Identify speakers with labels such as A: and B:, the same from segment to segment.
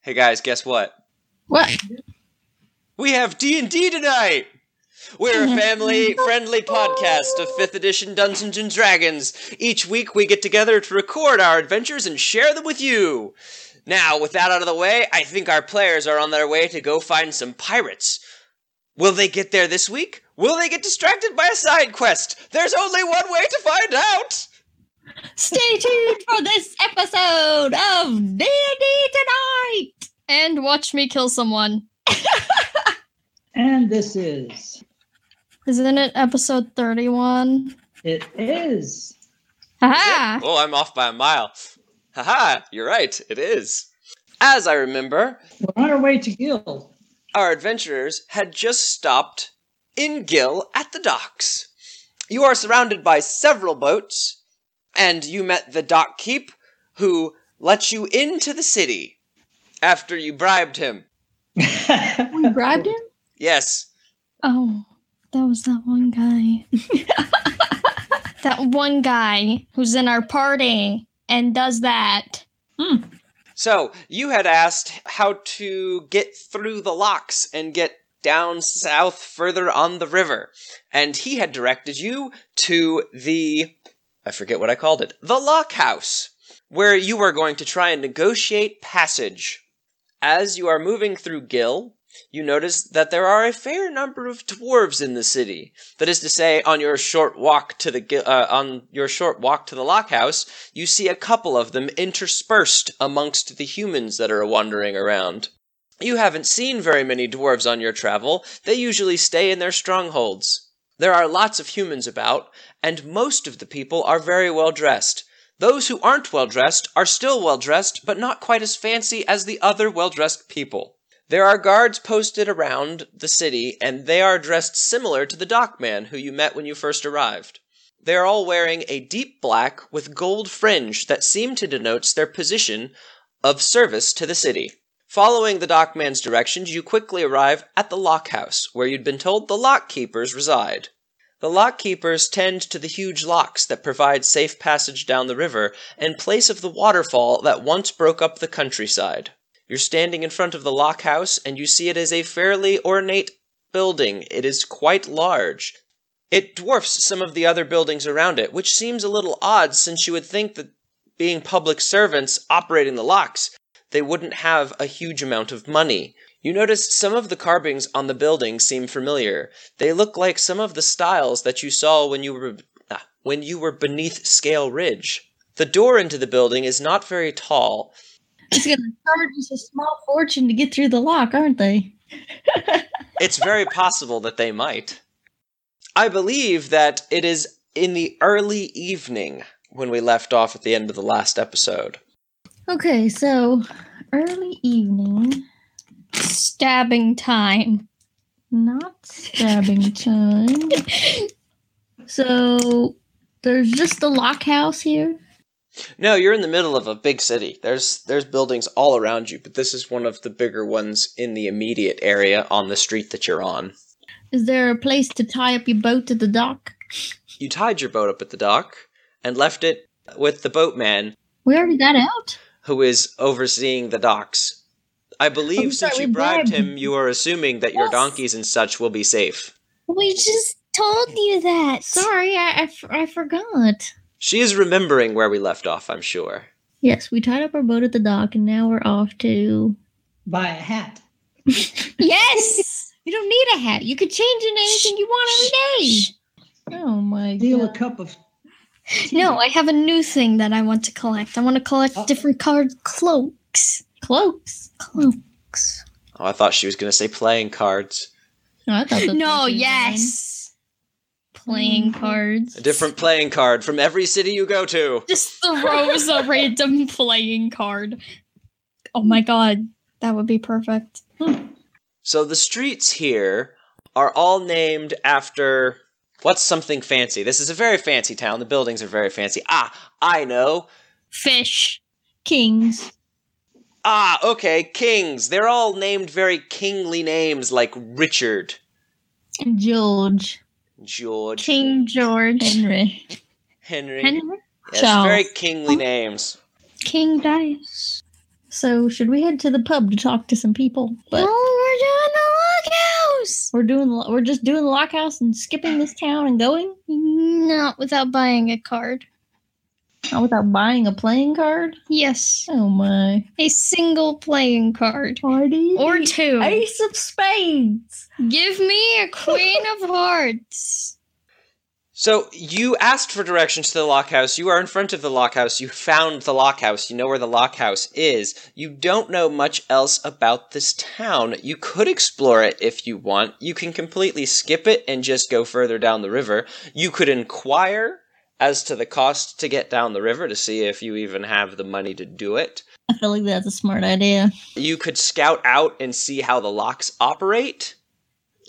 A: Hey guys, guess what?
B: What?
A: We have D&D tonight. We're a family-friendly podcast of 5th edition Dungeons and Dragons. Each week we get together to record our adventures and share them with you. Now, with that out of the way, I think our players are on their way to go find some pirates. Will they get there this week? Will they get distracted by a side quest? There's only one way to find out.
B: Stay tuned for this episode of D&D Tonight!
C: And watch me kill someone.
D: And this is.
C: Isn't it episode 31?
D: It is.
C: Haha!
A: Oh, I'm off by a mile. Haha, you're right. It is. As I remember,
D: We're on our way to Guild.
A: our adventurers had just stopped in Gill at the docks. You are surrounded by several boats, and you met the dock keep who let you into the city after you bribed him.
C: We bribed him?
A: Yes,
C: Oh, that was that one guy. that one guy who's in our party and does that.
A: So, you had asked how to get through the locks and get down south further on the river. And he had directed you to the. I forget what I called it. The Lock House, where you were going to try and negotiate passage. As you are moving through Gill, you notice that there are a fair number of dwarves in the city. That is to say, on your short walk to the Gil- uh, on your short walk to the Lock House, you see a couple of them interspersed amongst the humans that are wandering around. You haven't seen very many dwarves on your travel, they usually stay in their strongholds. There are lots of humans about, and most of the people are very well dressed. Those who aren't well dressed are still well dressed, but not quite as fancy as the other well dressed people. There are guards posted around the city, and they are dressed similar to the dockman who you met when you first arrived. They are all wearing a deep black with gold fringe that seem to denotes their position of service to the city. Following the dockman's directions, you quickly arrive at the lock house, where you'd been told the lock keepers reside. The lock keepers tend to the huge locks that provide safe passage down the river in place of the waterfall that once broke up the countryside. You're standing in front of the lock house, and you see it is a fairly ornate building. It is quite large. It dwarfs some of the other buildings around it, which seems a little odd since you would think that being public servants operating the locks, they wouldn't have a huge amount of money. You notice some of the carvings on the building seem familiar. They look like some of the styles that you saw when you were ah, when you were beneath Scale Ridge. The door into the building is not very tall.
B: It's gonna charge us a small fortune to get through the lock, aren't they?
A: It's very possible that they might. I believe that it is in the early evening when we left off at the end of the last episode.
B: Okay, so early evening,
C: Stabbing time.
B: not stabbing time. So there's just the lock house here.
A: No, you're in the middle of a big city. There's there's buildings all around you, but this is one of the bigger ones in the immediate area on the street that you're on.
B: Is there a place to tie up your boat to the dock?
A: You tied your boat up at the dock and left it with the boatman
B: We already got out.
A: who is overseeing the docks. I believe
B: Oh, sorry,
A: since you
B: we
A: bribed
B: bribed
A: him, you are assuming that your
C: Yes.
A: donkeys and such will be safe.
C: We just told you that.
B: Sorry, I I f- I forgot.
A: She is remembering where we left off, I'm sure.
B: Yes, we tied up our boat at the dock, and now we're off to.
D: Buy a hat.
C: Yes!
B: You don't need a hat. You could change it to anything you want every day. Oh my
D: Deal a
B: god.
D: cup of.
C: No, I have a new thing that I want to collect. I want to collect
D: Oh.
C: different colored cloaks.
B: Cloaks.
C: Cloaks.
A: Oh, I thought she was going to say playing cards.
B: No, I thought that
C: No,
B: was
C: yes. Playing
B: Mm.
C: cards.
A: A different playing card from every city you go to.
C: Just throws a random playing card. Oh my god, that would be perfect.
A: So the streets here are all named after what's something fancy. This is a very fancy town. The buildings are very fancy. Ah, I know.
C: Fish.
B: Kings.
A: Ah, okay, kings. They're all named very kingly names like Richard,
B: and George.
A: George,
C: King George.
B: Henry.
A: Henry.
C: Henry.
A: Yes,
C: Charles.
A: very kingly names.
C: King Dice.
B: So should we head to the pub to talk to some people? But
C: oh, we're doing the lockhouse.
B: we're doing the- we're just doing the lockhouse and skipping this town and going
C: Not without buying a card.
B: not without buying a playing card.
C: Yes,
B: Oh my!
C: a single playing card
B: Party
C: or two.
B: Ace of Spades.
C: Give me a queen of hearts.
A: So you asked for directions to the lockhouse. You are in front of the lockhouse. You found the lockhouse. You know where the lockhouse is. You don't know much else about this town. You could explore it if you want. You can completely skip it and just go further down the river. You could inquire as to the cost to get down the river to see if you even have the money to do it.
B: I feel like that's a smart idea.
A: You could scout out and see how the locks operate.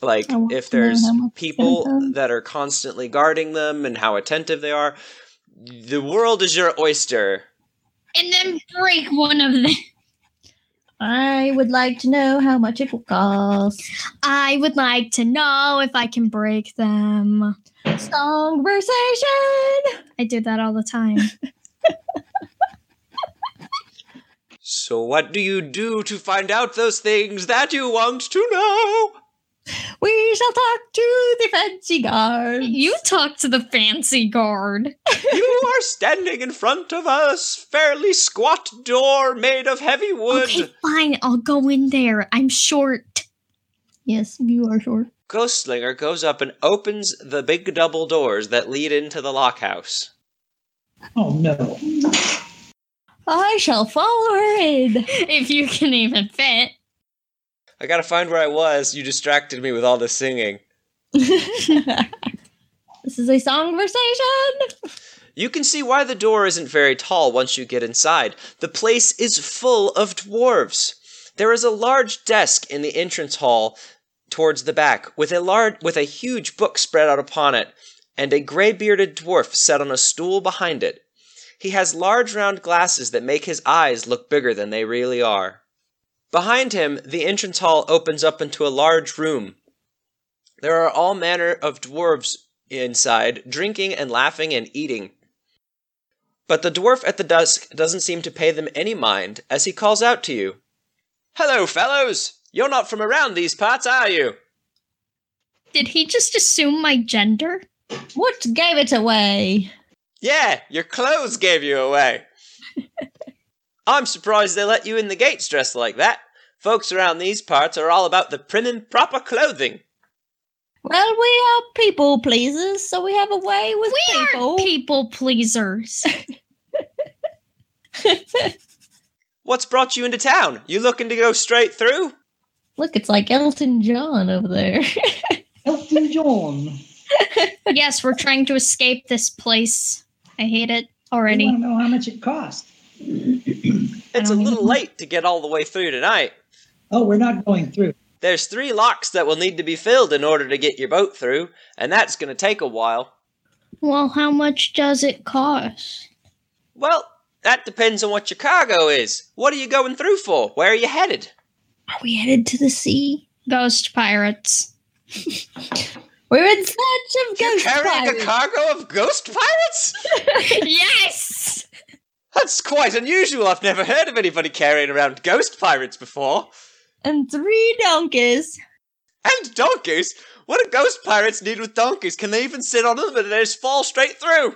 A: Like
B: I want
A: if
B: to know
A: there's
B: how much it's gonna
A: people
B: come.
A: that are constantly guarding them and how attentive they are. The world is your oyster.
C: And then break one of them.
B: I would like to know how much it will cost.
C: I would like to know if I can break them.
B: Conversation.
C: I do that all the time.
A: So, what do you do to find out those things that you want to know?
B: We shall talk to the fancy guard.
C: you talk to the fancy guard.
A: You are standing in front of a s- fairly squat door made of heavy wood.
C: Okay, fine. I'll go in there. I'm short.
B: Yes, you are sure.
A: Ghostslinger goes up and opens the big double doors that lead into the lockhouse.
D: Oh no.
B: I shall follow her in.
C: If you can even fit.
A: I gotta find where I was. You distracted me with all this singing.
B: this is a song conversation.
A: You can see why the door isn't very tall once you get inside. The place is full of dwarves. There is a large desk in the entrance hall towards the back with a large with a huge book spread out upon it and a gray-bearded dwarf sat on a stool behind it. He has large round glasses that make his eyes look bigger than they really are. Behind him, the entrance hall opens up into a large room. There are all manner of dwarves inside, drinking and laughing and eating. But the dwarf at the dusk doesn't seem to pay them any mind as he calls out to you Hello, fellows! You're not from around these parts, are you?
C: Did he just assume my gender?
B: What gave it away?
A: Yeah, your clothes gave you away. I'm surprised they let you in the gates dressed like that. Folks around these parts are all about the prim and proper clothing.
B: Well, we are people pleasers, so we have a way with
C: We
B: people.
C: aren't people pleasers.
A: What's brought you into town? You looking to go straight through?
B: Look, it's like Elton John over there.
D: Elton John.
C: yes, we're trying to escape this place. I hate it
D: I
C: already.
D: want to know how much it costs.
A: It's a
C: don't
A: little
C: even-
A: late to get all the way through tonight.
D: Oh, we're not going through.
A: There's three locks that will need to be filled in order to get your boat through, and that's going to take a while.
C: Well, how much does it cost?
A: Well, that depends on what your cargo is. What are you going through for? Where are you headed?
B: Are we headed to the sea?
C: Ghost pirates.
B: We're in search of
A: You're
B: ghost
A: carrying
B: pirates.
A: a cargo of ghost pirates?
C: yes!
A: That's quite unusual. I've never heard of anybody carrying around ghost pirates before.
B: and three donkeys.
A: And donkeys? What do ghost pirates need with donkeys? Can they even sit on them and they just fall straight through?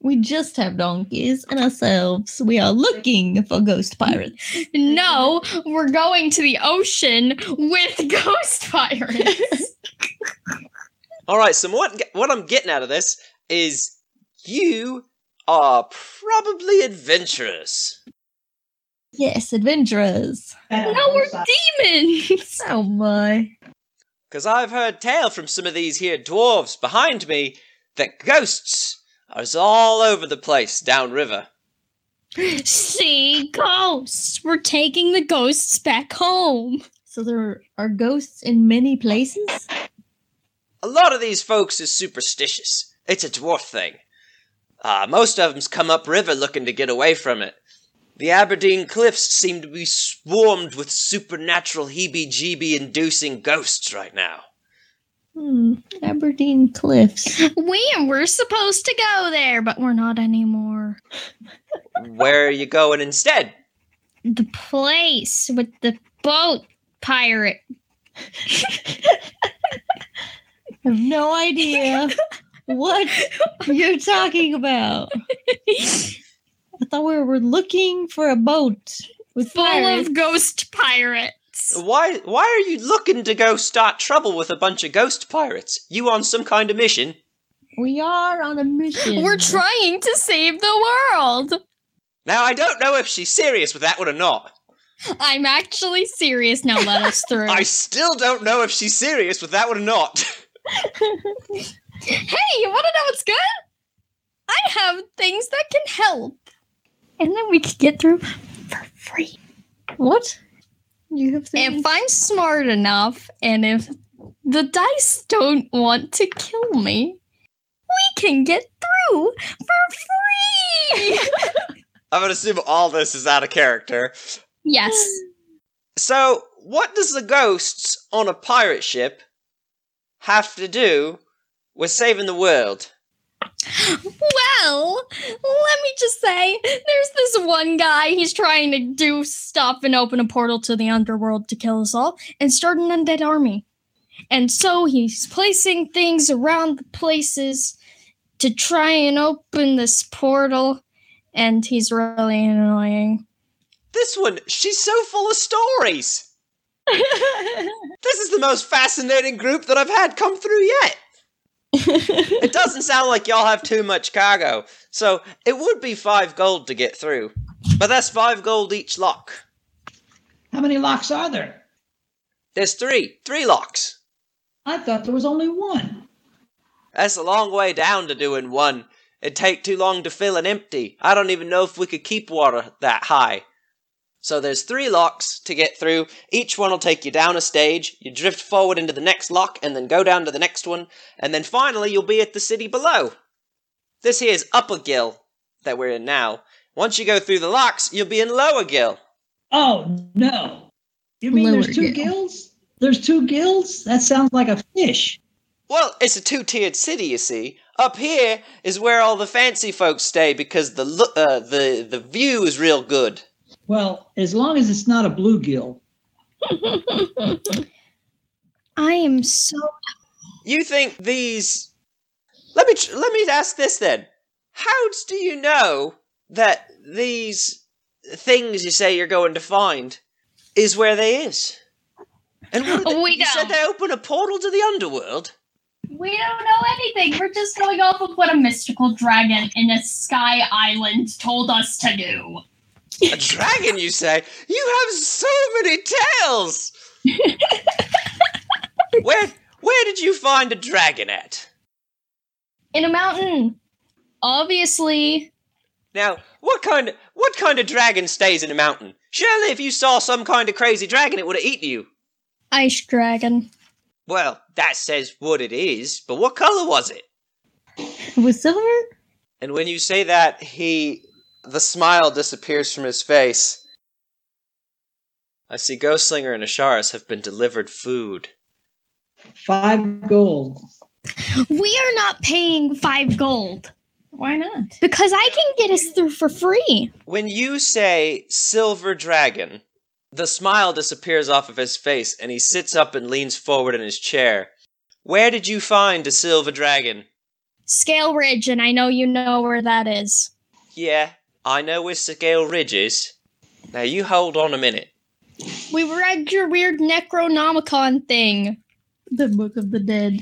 B: We just have donkeys and ourselves. We are looking for ghost pirates.
C: No, we're going to the ocean with ghost pirates.
A: All right. So what what I'm getting out of this is you are probably adventurous.
B: yes, adventurers.
C: no, we're demons.
B: Oh my.
A: Because I've heard tale from some of these here dwarves behind me that ghosts are all over the place downriver.
C: See, ghosts. We're taking the ghosts back home.
B: So there are ghosts in many places?
A: A lot of these folks is superstitious. It's a dwarf thing. Uh, most of 'em's come up river looking to get away from it. The Aberdeen cliffs seem to be swarmed with supernatural heebie jeebie inducing ghosts right now.
B: Hmm. Aberdeen Cliffs.
C: We were supposed to go there, but we're not anymore.
A: Where are you going instead?
C: The place with the boat pirate.
B: I have no idea what you're talking about. I thought we were looking for a boat with
C: Full
B: pirates.
C: of ghost pirates.
A: Why why are you looking to go start trouble with a bunch of ghost pirates? You on some kind of mission?
B: We are on a mission.
C: We're trying to save the world.
A: Now I don't know if she's serious with that one or not.
C: I'm actually serious now. Let us through.
A: I still don't know if she's serious with that one or not.
C: Hey, you want to know what's good? I have things that can help. And then we can get through for free.
B: What? You have
C: If I'm smart enough and if the dice don't want to kill me, we can get through for free.
A: I'm gonna assume all this is out of character.
C: yes.
A: So, what does the ghosts on a pirate ship have to do with saving the world?
C: Well, let me just say there's this one guy, he's trying to do stuff and open a portal to the underworld to kill us all and start an undead army. And so he's placing things around the places to try and open this portal, and he's really annoying.
A: This one, she's so full of stories. This is the most fascinating group that I've had come through yet. It doesn't sound like y'all have too much cargo, so it would be five gold to get through. But that's five gold each lock.
D: How many locks are there?
A: There's three, three locks.
D: I thought there was only one.
A: That's a long way down to doing one. It'd take too long to fill an empty. I don't even know if we could keep water that high. So there's three locks to get through. Each one will take you down a stage. You drift forward into the next lock and then go down to the next one. And then finally you'll be at the city below. This here is Upper Gill that we're in now. Once you go through the locks, you'll be in Lower Gill.
D: Oh no! You mean
B: Lower
D: there's two
B: guild.
D: guilds? There's two guilds? That sounds like a fish.
A: Well, it's a two-tiered city, you see. Up here is where all the fancy folks stay because the lo- uh, the the view is real good.
D: Well, as long as it's not a bluegill.
C: I am so.
A: You think these? Let me tr- let me ask this then. How do you know that these things you say you're going to find is where they is? And what are they-
C: We
A: you said
C: don't.
A: they open a portal to the underworld.
C: We don't know anything. We're just going off of what a mystical dragon in a sky island told us to do.
A: A dragon, you say? You have so many tails. where where did you find a dragon at?
C: in a mountain. Obviously,
A: Now, what kind of, what kind of dragon stays in a mountain? Surely, if you saw some kind of crazy dragon, it would have eaten you.
C: ice dragon.
A: Well, that says what it is, but what color was it?
B: With silver?
A: And when you say that, he the smile disappears from his face. I see Ghostslinger and Asharis have been delivered food.
D: Five gold.
C: We are not paying five gold
B: Why not?
C: because I can get us through for free.
A: When you say silver dragon, the smile disappears off of his face and he sits up and leans forward in his chair. Where did you find a silver dragon?
C: Scale Ridge, and I know you know where that is.
A: Yeah, I know where Scale Ridge is. Now you hold on a minute.
C: We read your weird Necronomicon thing.
B: The Book of the Dead.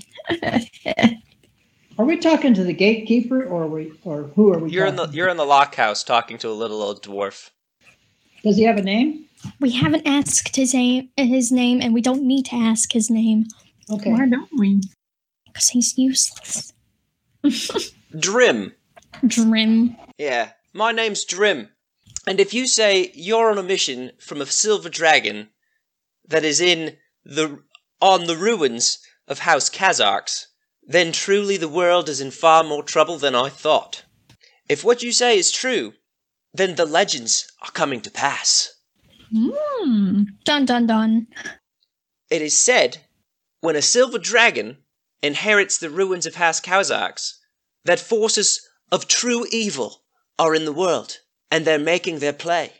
D: Are we talking to the gatekeeper, or are we, or who are we?
A: You're in the
D: talking to?
A: you're in the lock house talking to a little old dwarf.
D: Does he have a name?
C: We haven't asked his name, his name, and we don't need to ask his name
D: Okay.
B: don't we?
C: because he's useless.
A: Drim.
C: Drim.
A: Yeah. My name's Drim. And if you say you're on a mission from a silver dragon that is in the on the ruins of House Kazarks, then truly the world is in far more trouble than I thought. If what you say is true, then the legends are coming to pass.
B: Hmm.
C: Dun dun dun.
A: It is said when a silver dragon inherits the ruins of House Kazak's, that forces of true evil are in the world, and they're making their play.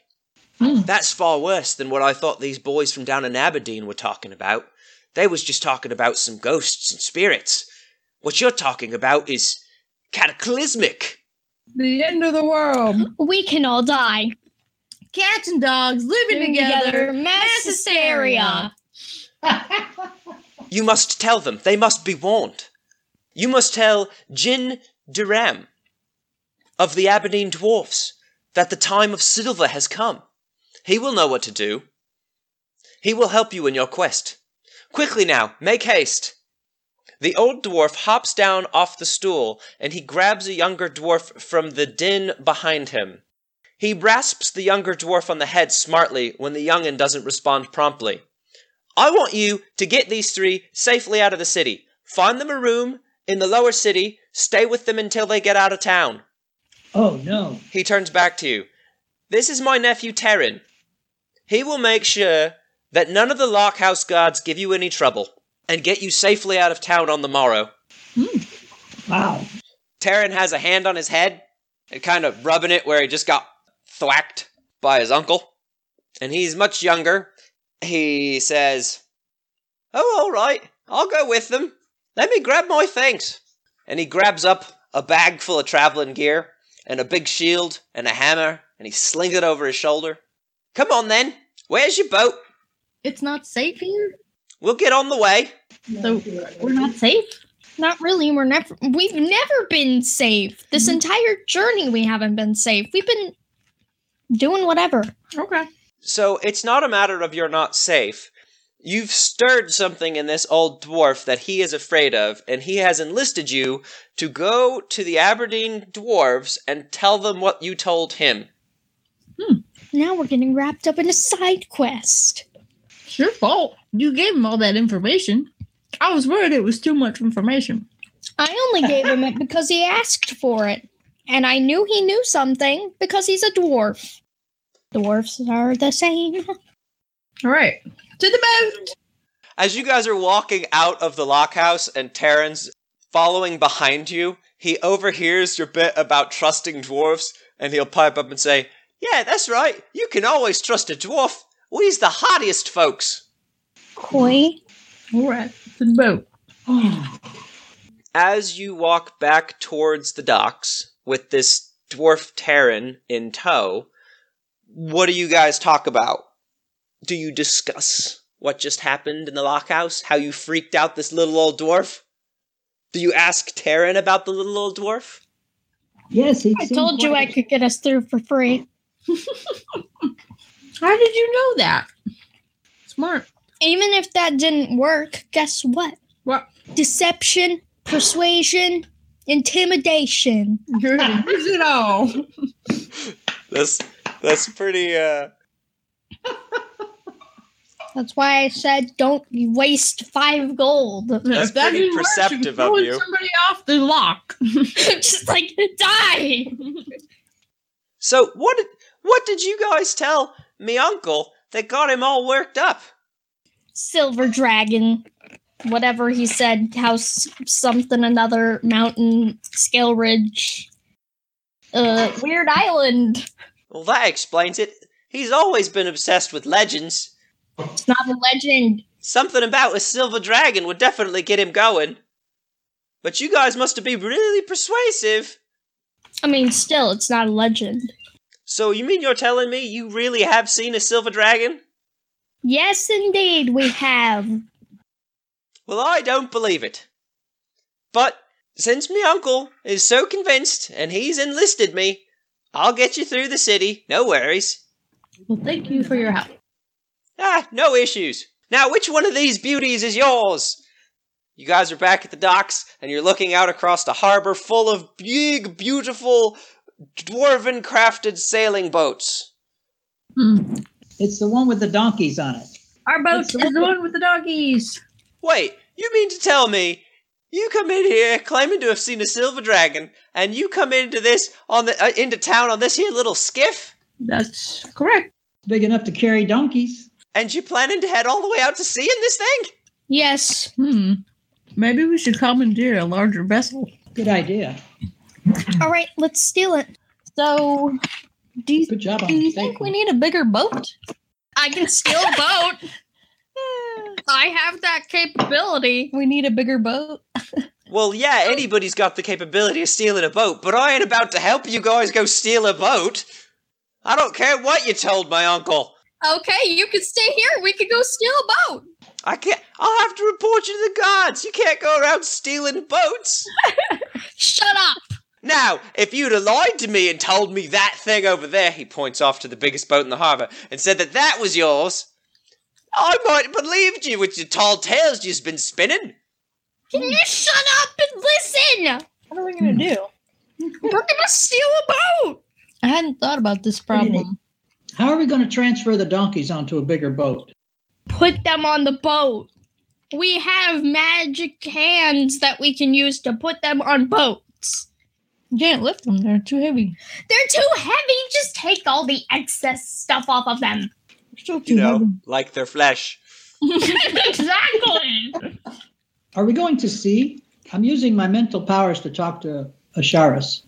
D: Hmm.
A: That's far worse than what I thought these boys from down in Aberdeen were talking about. They was just talking about some ghosts and spirits. What you're talking about is cataclysmic.
B: The end of the world.
C: We can all die.
B: Cats and dogs living together.
C: Mass hysteria.
A: You must tell them. They must be warned. You must tell Jin Duram of the Aberdeen Dwarfs that the time of silver has come. He will know what to do. He will help you in your quest. Quickly now, make haste. The old dwarf hops down off the stool and he grabs a younger dwarf from the din behind him. He rasps the younger dwarf on the head smartly when the young'un doesn't respond promptly. I want you to get these three safely out of the city. Find them a room in the lower city, stay with them until they get out of town.
D: oh no.
A: He turns back to you. This is my nephew Terran. He will make sure that none of the Lark House guards give you any trouble and get you safely out of town on the morrow.
D: Wow.
A: Terran has a hand on his head and kind of rubbing it where he just got thwacked by his uncle. And he's much younger. He says, Oh, all right. I'll go with them. Let me grab my things. And he grabs up a bag full of traveling gear and a big shield and a hammer and he slings it over his shoulder. Come on then. Where's your boat?
B: It's not safe here.
A: We'll get on the way.
B: So we're not safe.
C: Not really. We're never. We've never been safe.
B: Mm-hmm.
C: This entire journey, we haven't been safe. We've been doing whatever.
B: Okay.
A: So it's not a matter of you're not safe. You've stirred something in this old dwarf that he is afraid of, and he has enlisted you to go to the Aberdeen dwarves and tell them what you told him.
C: Now we're getting wrapped up in a side quest.
B: It's your fault. You gave him all that information. I was worried it was too much information.
C: I only gave him it because he asked for it. And I knew he knew something because he's a dwarf. Dwarfs are the same.
B: All right. To the boat.
A: As you guys are walking out of the lockhouse and Terran's following behind you, he overhears your bit about trusting dwarves, and he'll pipe up and say, Yeah, that's right. You can always trust a dwarf. We's the hardiest folks.
C: Koi.
B: All right. To the boat.
A: as you walk back towards the docks with this dwarf Terran in tow, what do you guys talk about? Do you discuss what just happened in the lockhouse? How you freaked out this little old dwarf? Do you ask Terran about the little old dwarf?
D: Yes, he
C: I
D: seemed
C: told you I
D: quite-
C: could get us through for free.
B: How did you know that? Smart.
C: Even if that didn't work, guess what?
B: What?
C: Deception, persuasion, intimidation.
B: You're gonna use it all.
A: That's that's pretty uh
C: That's why I said don't waste five gold.
A: That's
B: If that
A: pretty
B: didn't work, she was
A: perceptive of
B: throwing
A: you.
B: Somebody off the lock.
C: Just like die.
A: So what did, what did you guys tell me uncle that got him all worked up?
C: Silver dragon. Whatever he said, house something another mountain scale ridge. Uh Weird Island.
A: Well that explains it. He's always been obsessed with legends.
C: It's not a legend.
A: Something about a silver dragon would definitely get him going. But you guys must have been really persuasive.
C: I mean still it's not a legend.
A: So you mean you're telling me you really have seen a silver dragon?
C: Yes indeed we have.
A: Well, I don't believe it. But since me uncle is so convinced and he's enlisted me, I'll get you through the city, no worries.
B: well, thank you for your help.
A: Ah, no issues. Now, which one of these beauties is yours? You guys are back at the docks, and you're looking out across the harbor full of big, beautiful, dwarven crafted sailing boats.
B: Hmm.
D: It's the one with the donkeys on it.
B: Our boat
D: It's
B: is
D: the
B: the one with the doggies.
A: Wait, you mean to tell me you come in here claiming to have seen a silver dragon, and you come into this on the uh, into town on this here little skiff,
B: That's correct.
D: It's big enough to carry donkeys.
A: and you're planning to head all the way out to sea in this thing?
C: Yes.
B: Hmm.
E: Maybe we should commandeer a larger vessel.
D: Good idea.
C: All right, let's steal it.
B: So, do you,
D: Good job on
B: do you
D: the
B: think
D: steak.
B: we need a bigger boat?
C: I can steal a boat. I have that capability.
B: We need a bigger boat.
A: Well, yeah, anybody's got the capability of stealing a boat, but I ain't about to help you guys go steal a boat. I don't care what you told my uncle.
C: Okay, you can stay here. We could go steal a boat.
A: I can't. I'll have to report you to the guards. You can't go around stealing boats.
C: Shut up.
A: Now, if you'd have lied to me and told me that thing over there, he points off to the biggest boat in the harbour, and said that that was yours, I might have believed you with your tall tales you've been spinning.
C: Can you shut up and listen?
B: What are we
E: Hmm.
B: gonna do?
C: We're gonna steal a boat.
B: I hadn't thought about this
D: What do you
B: problem.
D: How are we going to transfer the donkeys onto a bigger boat?
C: Put them on the boat. We have magic hands that we can use to put them on boats.
B: You can't lift them; they're too heavy.
C: They're too heavy. Just take all the excess stuff off of them.
B: They're still too
A: You know,
B: heavy.
A: like their flesh.
C: exactly.
D: Are we going to sea? I'm using my mental powers to talk to Asharis.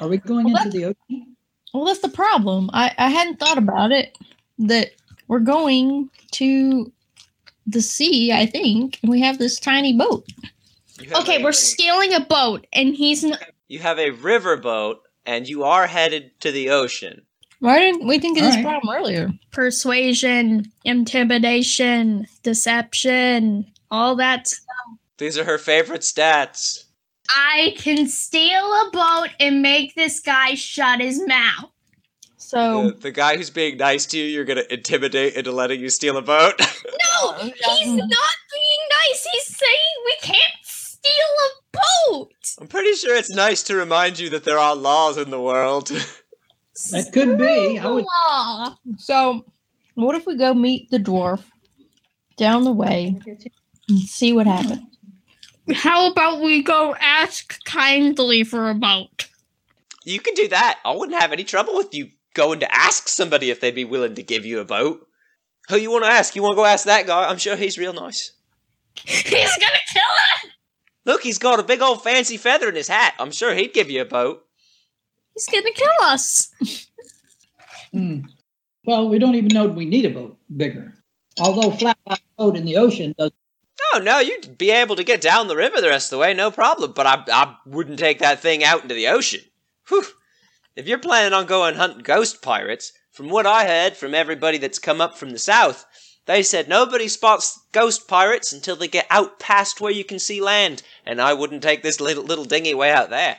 D: Are we going
B: Well,
D: into the ocean?
B: Well, that's the problem. I I hadn't thought about it that we're going to the sea. I think, and we have this tiny boat.
A: You have
C: Okay,
A: a-
C: we're stealing a boat, and he's n-
A: You have a river boat, and you are headed to the ocean.
B: Why didn't we think of this
D: Alright.
B: problem earlier?
C: persuasion, intimidation, deception, all that.
A: These are her favorite stats.
C: I can steal a boat and make this guy shut his mouth.
B: So Oh.
A: The, the guy who's being nice to you, you're gonna intimidate into letting you steal a boat.
C: No,
B: Oh,
C: he's
B: yeah.
C: not being nice. He's saying we can't steal a boat.
A: I'm pretty sure it's nice to remind you that there are laws in the world.
D: That could be. I
C: Screw
D: would-
C: the law.
B: so, what if we go meet the dwarf down the way and see what happens?
C: How about we go ask kindly for a boat?
A: you can do that. I wouldn't have any trouble with you going to ask somebody if they'd be willing to give you a boat. Who you want to ask? You want to go ask that guy? I'm sure he's real nice.
C: He's gonna kill us.
A: Look, he's got a big old fancy feather in his hat. I'm sure he'd give you a boat.
C: He's gonna kill us.
D: Hmm. Well, we don't even know we need a boat bigger. Although flat out boat in the ocean does.
A: Oh no, you'd be able to get down the river the rest of the way, no problem. But I, I wouldn't take that thing out into the ocean. Whew. If you're planning on going hunting ghost pirates, from what I heard from everybody that's come up from the south, they said nobody spots ghost pirates until they get out past where you can see land. And I wouldn't take this little little dinghy way out there.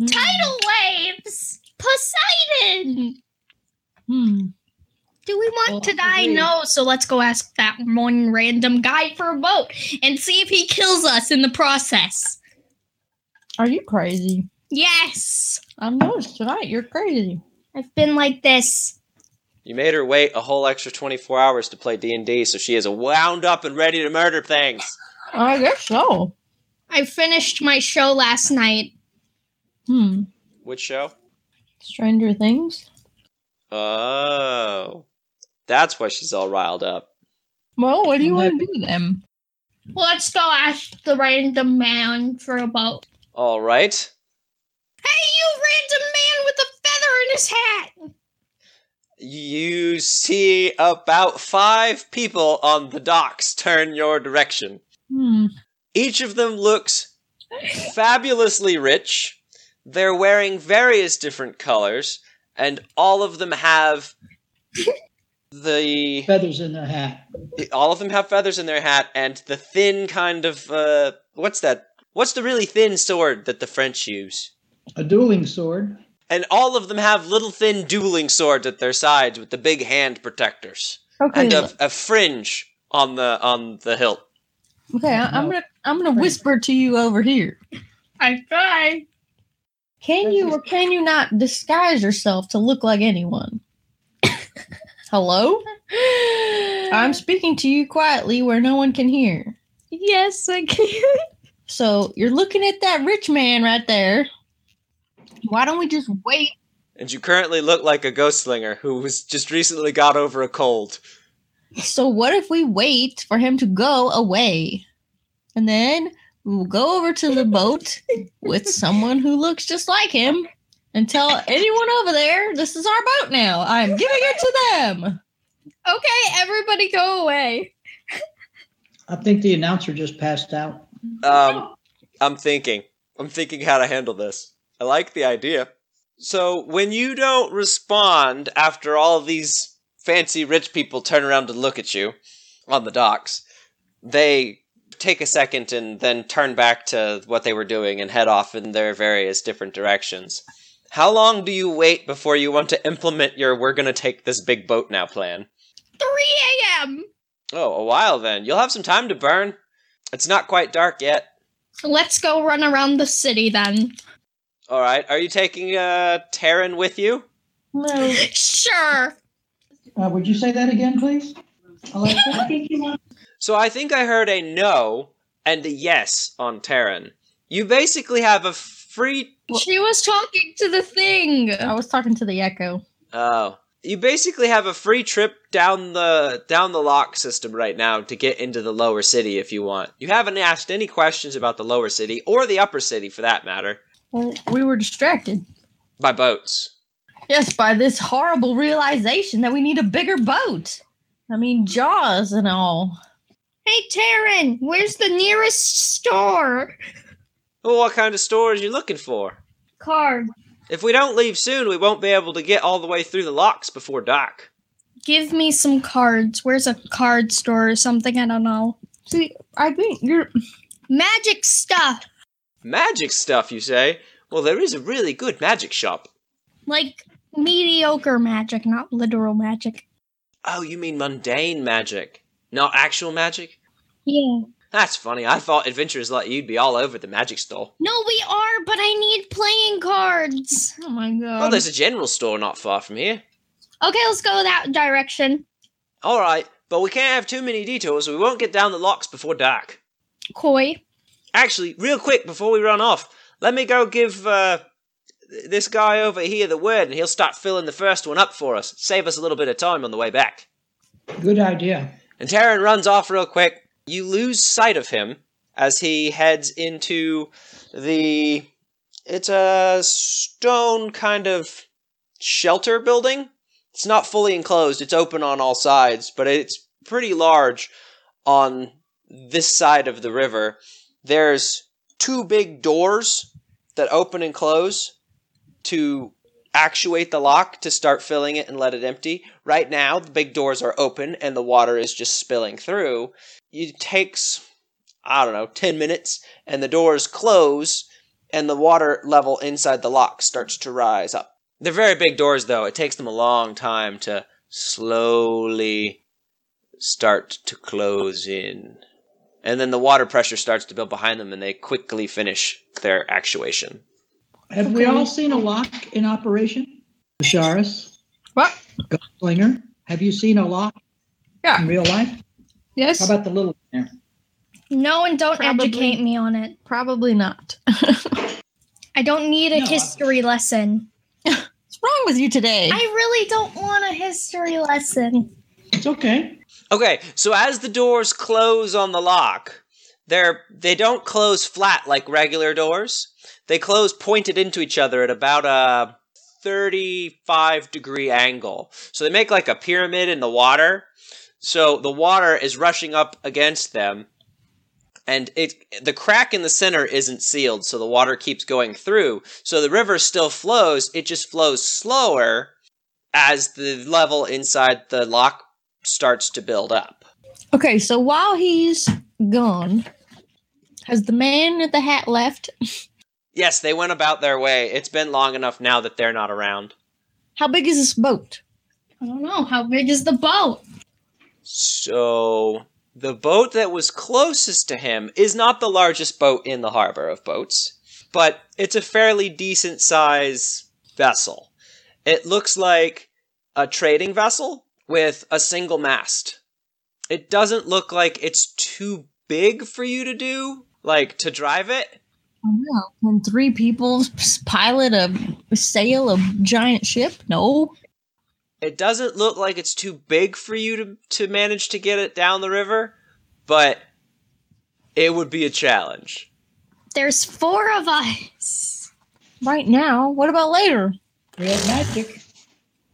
C: Tidal waves! Poseidon!
B: Hmm.
C: Do we want
D: Well,
C: to die?
D: agreed.
C: No, so let's go ask that one random guy for a boat and see if he kills us in the process.
B: Are you crazy?
C: Yes!
B: I'm noticed tonight. You're crazy.
C: I've been like this.
A: You made her wait a whole extra 24 hours to play D&D, so she is wound up and ready to murder things.
B: I guess so.
C: I finished my show last night.
B: Hmm.
A: Which show?
B: Stranger Things.
A: Oh. That's why she's all riled up.
B: Well, what do you want to do then?
C: Let's go ask the random man for a boat.
A: All right.
C: Hey, you random man with a feather in his hat!
A: You see about five people on the docks turn your direction.
B: Hmm.
A: Each of them looks fabulously rich. They're wearing various different colors, and all of them have the
D: Feathers in the hat.
A: all of them have feathers in their hat and the thin kind of uh what's that? What's the really thin sword that the French use?
D: A dueling sword.
A: And all of them have little thin dueling swords at their sides with the big hand protectors.
B: Okay.
A: and a, a fringe on the on the hilt.
B: okay. I, I'm gonna I'm gonna whisper to you over here.
C: I try.
B: Can you or can you not disguise yourself to look like anyone? Hello? I'm speaking to you quietly where no one can hear.
C: Yes, I can.
B: So you're looking at that rich man right there. Why don't we just wait?
A: And you currently look like a ghost slinger who was just recently got over a cold.
B: So what if we wait for him to go away? And then will go over to the boat with someone who looks just like him and tell anyone over there, this is our boat now. I'm giving it to them.
C: Okay, everybody go away.
D: I think the announcer just passed out.
A: Um, I'm thinking. I'm thinking how to handle this. I like the idea. So when you don't respond after all these fancy rich people turn around to look at you on the docks, they take a second and then turn back to what they were doing and head off in their various different directions. How long do you wait before you want to implement your we're going to take this big boat now plan?
C: 3 a.m.
A: Oh, a while then. You'll have some time to burn. It's not quite dark yet.
C: Let's go run around the city then.
A: All right. Are you taking uh Taryn with you?
B: No.
C: Sure.
D: Uh, would you say that again, please? Alexa?
A: So I think I heard a no and a yes on Taryn. You basically have a free
C: She was talking to the thing.
B: I was talking to the echo.
A: oh. You basically have a free trip down the down the lock system right now to get into the lower city if you want. You haven't asked any questions about the lower city or the upper city for that matter
B: Well, we were distracted.
A: by boats.
B: Yes, by this horrible realization that we need a bigger boat. I mean, Jaws and all.
C: Hey, Taryn, where's the nearest store?
A: Well, what kind of stores you looking for?
C: Car,
A: If we don't leave soon, we won't be able to get all the way through the locks before dark.
C: give me some cards. Where's a card store or something? I don't know.
B: See, I think you're.
C: Magic stuff,
A: Magic stuff, you say? Well, there is a really good magic shop.
C: like mediocre magic, not literal magic.
A: Oh, you mean mundane magic, not actual magic?
C: Yeah.
A: That's funny. I thought adventurers like you'd be all over the magic store.
C: No, we are, but I need playing cards.
B: Oh my god.
A: well, there's a general store not far from here.
C: Okay, let's go that direction.
A: All right, but we can't have too many detours. We won't get down the locks before dark.
C: Koi.
A: Actually, real quick before we run off, let me go give uh, th- this guy over here the word, and he'll start filling the first one up for us. Save us a little bit of time on the way back.
D: Good idea.
A: And Taryn runs off real quick. You lose sight of him as he heads into the. It's a stone kind of shelter building. It's not fully enclosed, it's open on all sides, but it's pretty large on this side of the river. There's two big doors that open and close to actuate the lock to start filling it and let it empty. Right now, the big doors are open and the water is just spilling through. It takes, I don't know, 10 minutes and the doors close and the water level inside the lock starts to rise up. They're very big doors, though. It takes them a long time to slowly start to close in. And then the water pressure starts to build behind them and they quickly finish their actuation.
D: Have we all seen a lock in operation? Sharis?
B: What?
D: Gunslinger? Have you seen a lock
B: Yeah.
D: in real life? How
B: Yes.
D: about the little one there?
C: No, and don't
B: Probably.
C: educate me on it.
B: Probably not. What's
C: I don't need a
D: No, I-
C: history lesson.
B: wrong with you today?
C: I really don't want a history lesson.
D: It's okay.
A: Okay, so as the doors close on the lock, they're they don't close flat like regular doors. They close pointed into each other at about a 35 degree angle. So they make like a pyramid in the water. So the water is rushing up against them. And it the crack in the center isn't sealed, so the water keeps going through. So the river still flows, it just flows slower as the level inside the lock starts to build up.
B: okay, so while he's gone, has the man at the hat left?
A: Yes, they went about their way. It's been long enough now that they're not around.
B: How big is this boat?
C: I don't know. How big is the boat?
A: So, the boat that was closest to him is not the largest boat in the harbor of boats, but it's a fairly decent size vessel. It looks like a trading vessel with a single mast. It doesn't look like it's too big for you to do, like to drive it.
B: Oh, no. Can three people s- pilot a sail a giant ship? No.
A: it doesn't look like it's too big for you to, to manage to get it down the river, but it would be a challenge.
C: There's four of us.
B: Right now. What about later?
D: We have magic.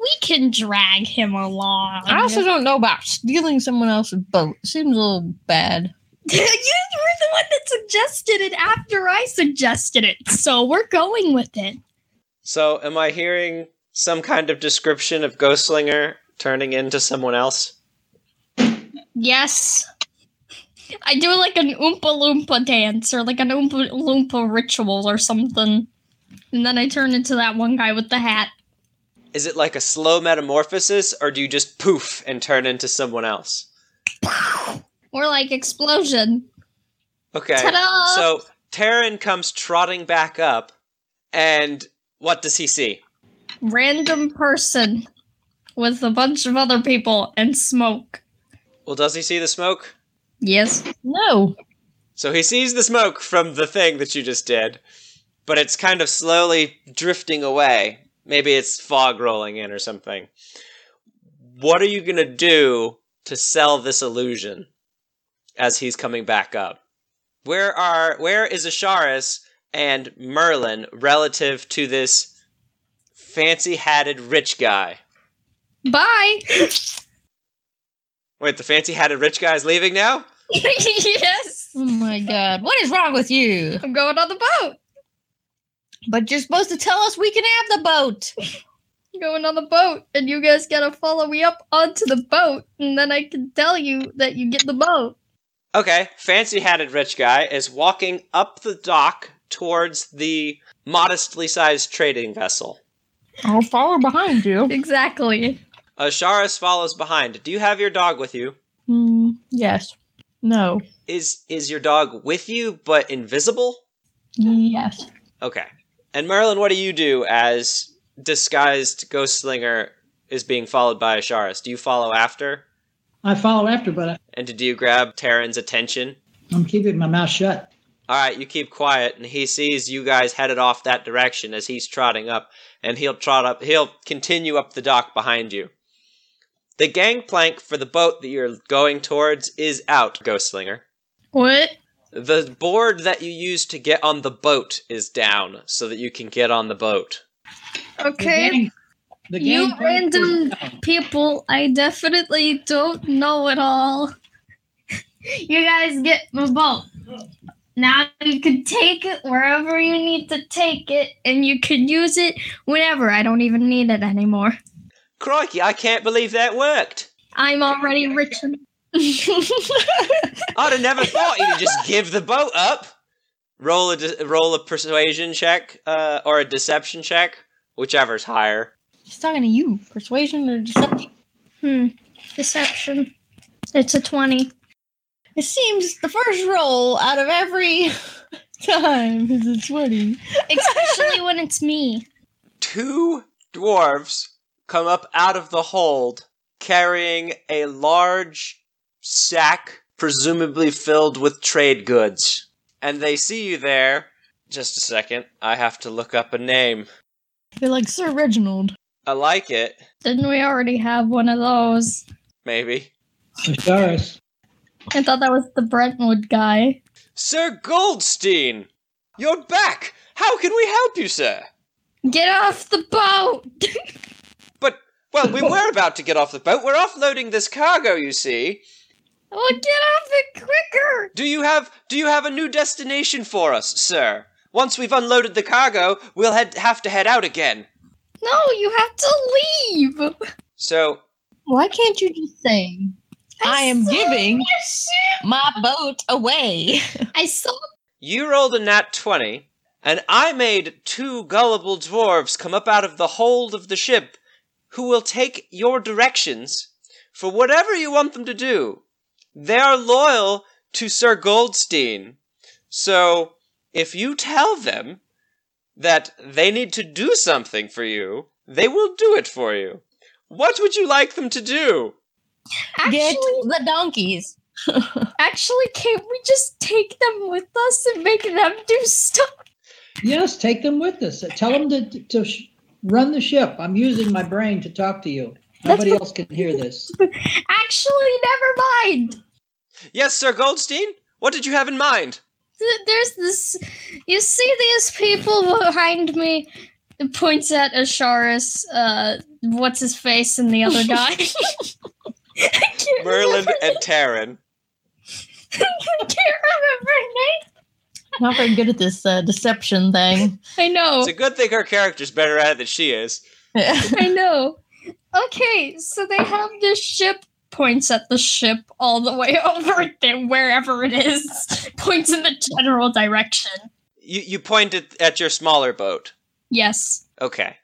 C: We can drag him along.
B: I also don't know about stealing someone else's boat. Seems a little bad.
C: you were the one that suggested it after I suggested it, so we're going with it.
A: So, am I hearing some kind of description of Ghostlinger turning into someone else?
C: Yes. I do like an Oompa Loompa dance or like an Oompa Loompa ritual or something. And then I turn into that one guy with the hat.
A: Is it like a slow metamorphosis, or do you just poof and turn into someone else?
C: Or like explosion.
A: Okay.
C: Ta-da!
A: So Taryn comes trotting back up, and what does he see?
C: Random person with a bunch of other people and smoke.
A: Well, does he see the smoke?
C: Yes.
B: No.
A: So he sees the smoke from the thing that you just did, but it's kind of slowly drifting away. Maybe it's fog rolling in or something. What are you going to do to sell this illusion as he's coming back up? Where are where is Asharis and Merlin relative to this fancy-hatted rich guy?
C: Bye.
A: Wait, the fancy-hatted rich guy is leaving now?
C: yes.
B: Oh my god. What is wrong with you?
C: I'm going on the boat.
B: But you're supposed to tell us we can have the boat.
C: going on the boat, and you guys gotta follow me up onto the boat, and then I can tell you that you get the boat.
A: Okay, fancy hatted rich guy is walking up the dock towards the modestly sized trading vessel.
B: I'll follow behind you.
C: Exactly.
A: Asharis follows behind. Do you have your dog with you?
B: Hmm. yes. No.
A: Is is your dog with you but invisible?
B: Yes.
A: Okay. And Merlin, what do you do as disguised ghost slinger is being followed by Asharis? Do you follow after?
D: I follow after, but I,
A: And do you grab Taryn's attention?
D: I'm keeping my mouth shut.
A: All right, you keep quiet, and he sees you guys headed off that direction as he's trotting up, and he'll trot up. He'll continue up the dock behind you. The gangplank for the boat that you're going towards is out, Ghostlinger.
C: What?
A: The board that you used to get on the boat is down, so that you can get on the boat.
D: The
C: Okay.
D: gang- the
C: You
D: gang-
C: random- People, I definitely don't know it all. You guys get the boat. Now you can take it wherever you need to take it, and you can use it whenever. I don't even need it anymore.
A: Crikey, I can't believe that worked!
C: I'm already rich. and-
A: I'd have never thought you'd just give the boat up. Roll a de- roll a persuasion check uh, or a deception check, whichever's higher.
B: She's talking to you. Persuasion or deception?
C: hmm. Deception. It's a 20.
B: It seems the first roll out of every time is a 20.
C: especially when it's me.
A: two dwarves come up out of the hold carrying a large sack, presumably filled with trade goods. And they see you there. Just a second, I have to look up a name.
B: They're like Sir Reginald.
A: I like it,
C: Didn't we already have one of those?
A: maybe.
D: Osiris.
C: I thought that was the Brentwood guy.
A: Sir Goldstein! You're back! How can we help you, sir?
C: Get off the boat!
A: Well, we were about to get off the boat. We're offloading this cargo, you see.
C: Well, Oh, get off it quicker!
A: Do you have do you have a new destination for us, sir? Once we've unloaded the cargo, we'll head, have to head out again.
C: No, you have to leave!
A: So,
B: Why can't you just say, I am
C: saw
B: giving-
C: my ship.
B: my boat away?
C: I saw.
A: you rolled a nat 20, and I made two gullible dwarves come up out of the hold of the ship who will take your directions for whatever you want them to do. They are loyal to Sir Goldstein. So, if you tell them that they need to do something for you, they will do it for you. What would you like them to do?
C: Actually,
B: Get the donkeys.
C: actually, can't we just take them with us and make them do stuff?
D: Yes, take them with us. Tell them to, to sh- run the ship. I'm using my brain to talk to you.
C: That's
D: Nobody else can hear this.
C: Actually, never mind.
A: Yes, Sir Goldstein? What did you have in mind?
C: th- there's this. You see these people behind me? It points at Asharis. Uh, what's his face and the other guy? I can't
A: Merlin
C: remember-
A: and Taryn.
C: I can't remember her name.
B: Not very good at this uh, deception thing.
C: I know.
A: It's a good thing her character's better at it than she is.
B: Yeah.
C: I know. Okay, so they have this ship points at the ship all the way over there, wherever it is, points in the general direction.
A: You you pointed at your smaller boat.
C: Yes.
A: Okay.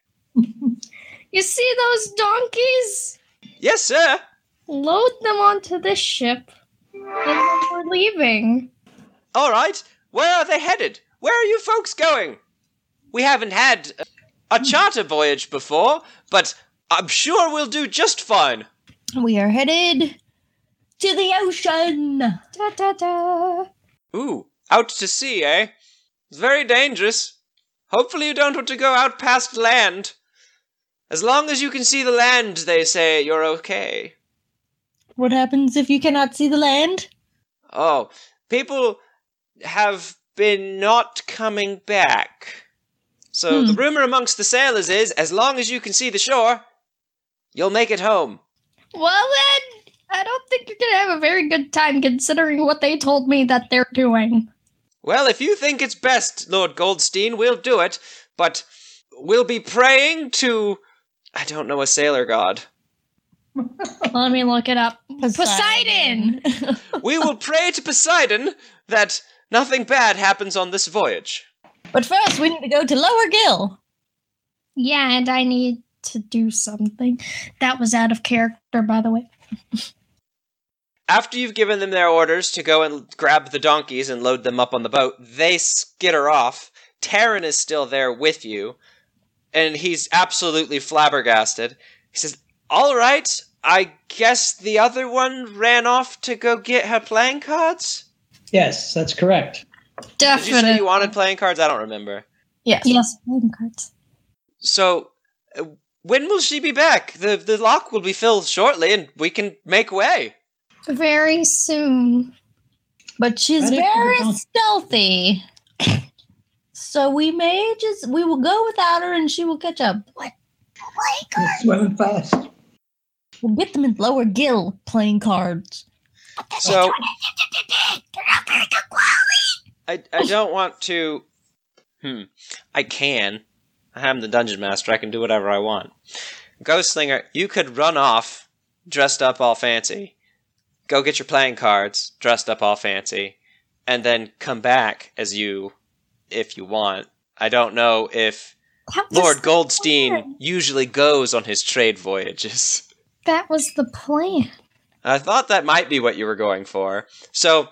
C: You see those donkeys?
A: Yes, sir.
C: Load them onto this ship. And we're leaving.
A: All right. Where are they headed? Where are you folks going? We haven't had uh, a charter voyage before, but I'm sure we'll do just fine.
B: We are headed to the ocean.
C: Da da da.
A: Ooh, out to sea, eh? It's very dangerous. Hopefully, you don't want to go out past land. As long as you can see the land, they say you're okay.
B: What happens if you cannot see the land?
A: Oh, people have been not coming back. So the rumor amongst the sailors is as long as you can see the shore, you'll make it home.
C: Well, then, I don't think you're gonna have a very good time considering what they told me that they're doing.
A: Well, if you think it's best, Lord Goldstein, we'll do it, but we'll be praying to I don't know a sailor god.
C: Let me look it up. Poseidon.
A: We will pray to Poseidon that nothing bad happens on this voyage.
B: but first, we need to go to Lower Gill.
C: Yeah, and I need to do something. That was out of character, by the way.
A: After you've given them their orders to go and grab the donkeys and load them up on the boat, they skitter off. Taryn is still there with you, and he's absolutely flabbergasted. He says, All right, I guess the other one ran off to go get her playing cards?
D: Yes, that's correct.
A: Did you say you wanted playing cards? I don't remember.
B: Yes.
C: Yes, playing cards.
A: So, uh, when will she be back? The, the lock will be filled shortly, and we can make way.
C: Very soon.
B: But she's
D: I didn't
B: very
D: know.
B: stealthy. So we may just we will go without her and she will catch up.
D: It's swimming fast.
B: We'll get them in Lower Gill playing cards.
A: So, I, I don't want to. Hmm. I can. I am the dungeon master. I can do whatever I want. Ghostslinger, you could run off dressed up all fancy, go get your playing cards dressed up all fancy, and then come back as you if you want. I don't know if
C: That was,
A: Lord Goldstein
C: plan.
A: usually goes on his trade voyages.
C: that was the plan.
A: I thought that might be what you were going for. So,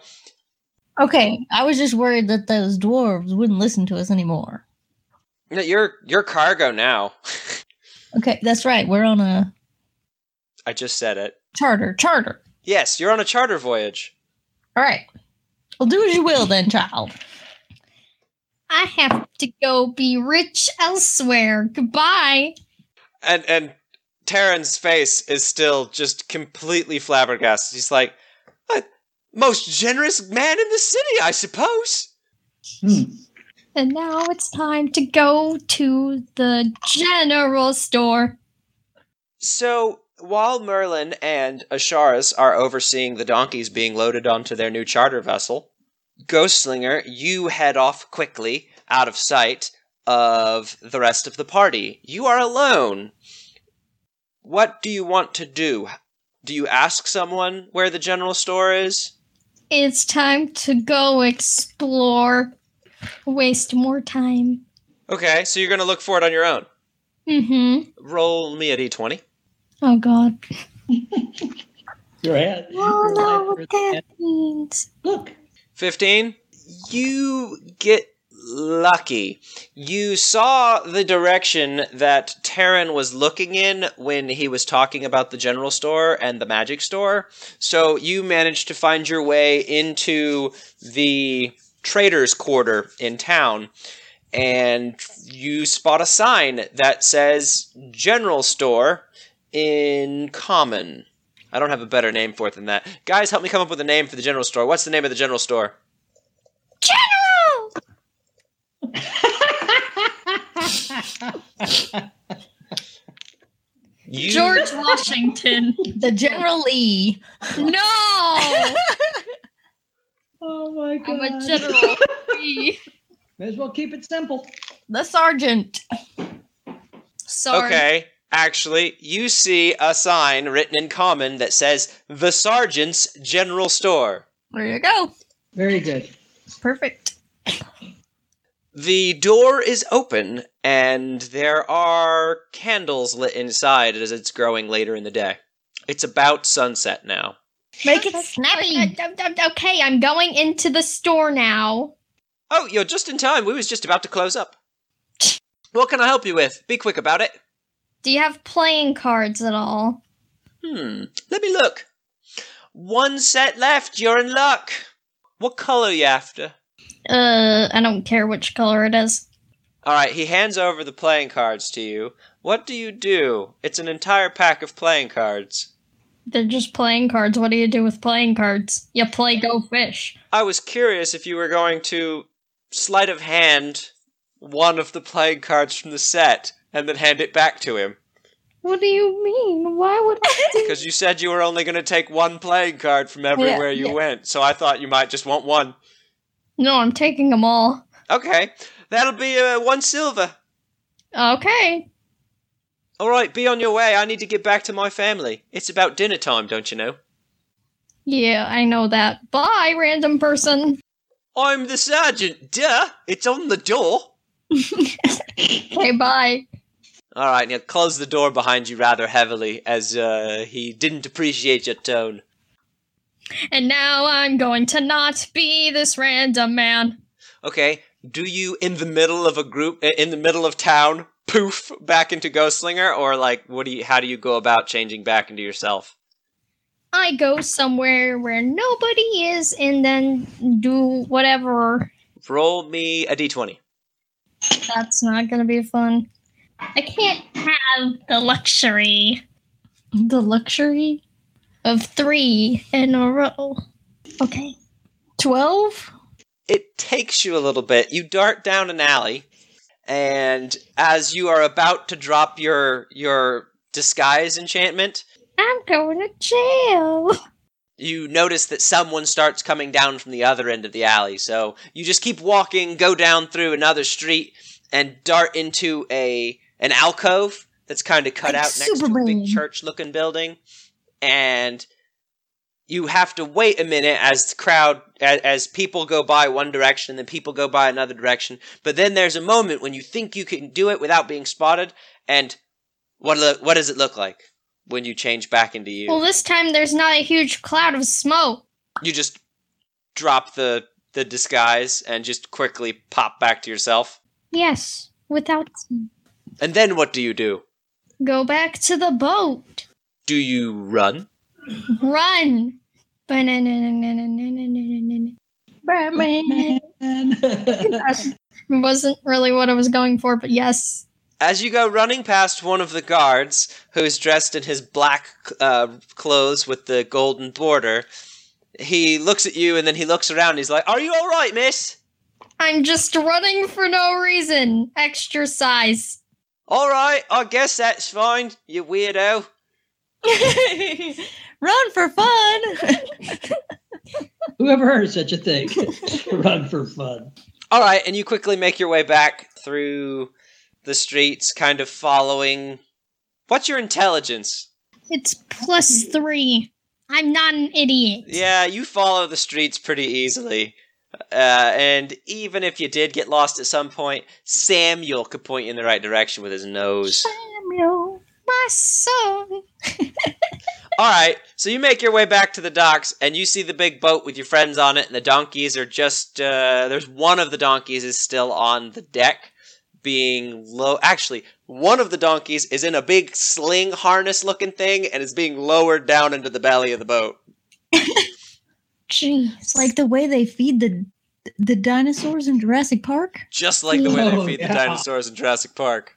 B: Okay, I was just worried that those dwarves wouldn't listen to us anymore.
A: you're, you're cargo now.
B: Okay, that's right. We're on a
A: I just said it.
B: charter. Charter.
A: Yes, you're on a charter voyage.
B: All right. Well, do as you will then, child.
C: I have to go be rich elsewhere. Goodbye.
A: And and Taryn's face is still just completely flabbergasted. He's like, "Uh, most generous man in the city, I suppose.
D: Hmm.
C: And now it's time to go to the general store.
A: So while Merlin and Asharis are overseeing the donkeys being loaded onto their new charter vessel, Ghostslinger, you head off quickly out of sight of the rest of the party. You are alone. What do you want to do? Do you ask someone where the general store is?
C: It's time to go explore. Waste more time.
A: Okay, so you're going to look for it on your own.
C: Mm-hmm.
A: Roll me a d20.
C: Oh god.
D: Your head.
C: Oh
D: your
C: no,
D: head-
C: what that means.
D: Look.
A: 15 you get lucky you saw the direction that Taryn was looking in when he was talking about the general store and the magic store so you managed to find your way into the traders quarter in town and you spot a sign that says general store in common I don't have a better name for it than that. Guys, help me come up with a name for the general store. What's the name of the general store?
C: General
A: You,
C: George Washington.
B: The General E, Lee.
C: no!
D: oh my
C: I'm
D: god.
C: a general. Lee.
D: May as well keep it simple.
B: The Sergeant.
C: Sorry.
A: Okay. Actually, you see a sign written in common that says the Sergeant's General Store.
B: There you go.
D: Very good.
B: Perfect.
A: The door is open, and there are candles lit inside as it's growing later in the day. It's about sunset now.
B: Make it
C: Oh,
B: snappy.
C: Okay, I'm going into the store now.
A: Oh, you're just in time. We was just about to close up. What can I help you with? Be quick about it.
C: Do you have playing cards at all?
A: Hmm. Let me look. One set left. You're in luck. What color you after?
C: Uh, I don't care which color it is.
A: All right. He hands over the playing cards to you. What do you do? It's an entire pack of playing cards.
C: They're just playing cards. What do you do with playing cards? You play Go Fish.
A: I was curious if you were going to sleight of hand one of the playing cards from the set and then hand it back to him
C: What do you mean? Why would I do
A: because you said you were only going to take one playing card from everywhere you went. So I thought you might just want one.
C: No, I'm taking them all.
A: Okay, that'll be uh, one silver.
C: Okay.
A: All right, be on your way. I need to get back to my family. It's about dinner time, don't you know?
C: Yeah, I know that. Bye, random person.
A: I'm the sergeant. Duh, it's on the door.
C: Okay, bye.
A: All right, now close the door behind you rather heavily, as uh, he didn't appreciate your tone.
C: And now I'm going to not be this random man.
A: Okay, do you in the middle of a group, in the middle of town, poof back into Ghostslinger, or like, what do you? How do you go about changing back into yourself?
C: I go somewhere where nobody is and then do whatever.
A: Roll me a d20.
C: That's not going to be fun. I can't have the luxury
B: The luxury.
C: of three in a row. Okay.
B: 12.
A: it takes you a little bit. You dart down an alley, and as you are about to drop your your disguise enchantment,
C: I'm going to jail.
A: you notice that someone starts coming down from the other end of the alley. So you just keep walking, go down through another street, and dart into a an alcove that's kind of cut
B: Like
A: out next to a big
B: Superman.
A: church looking building, and you have to wait a minute as the crowd as, as people go by one direction and then people go by another direction but then there's a moment when you think you can do it without being spotted and what lo- what does it look like when you change back into you
C: Well, this time there's not a huge cloud of smoke.
A: you just drop the the disguise and just quickly pop back to yourself.
C: Yes, without
A: And then what do you do?
C: go back to the boat.
A: Do you run?
C: Run.
B: Batman.
D: And-
C: Wasn't really what I was going for, but yes.
A: As you go running past one of the guards, who's dressed in his black uh, clothes with the golden border, he looks at you and then he looks around. he's like, "Are you all right, miss?
C: I'm just running for no reason. Exercise.
A: All right, I guess that's fine. You weirdo."
B: Run for fun.
D: Whoever heard of such a thing? Run for fun.
A: All right, and you quickly make your way back through the streets, kind of following. What's your intelligence?
C: It's plus three. I'm not an idiot.
A: Yeah, you follow the streets pretty easily. Uh, and even if you did get lost at some point, Samuel could point you in the right direction with his nose.
C: Samuel, my son.
A: All right, so you make your way back to the docks, and you see the big boat with your friends on it, and the donkeys are just. Uh, there's one of the donkeys is still on the deck, being low. Actually, one of the donkeys is in a big sling harness looking thing, and is being lowered down into the belly of the boat.
C: Jeez.
B: like the way they feed the the dinosaurs in Jurassic Park.
A: just like the way they
D: Oh,
A: feed the
D: yeah.
A: dinosaurs in Jurassic Park.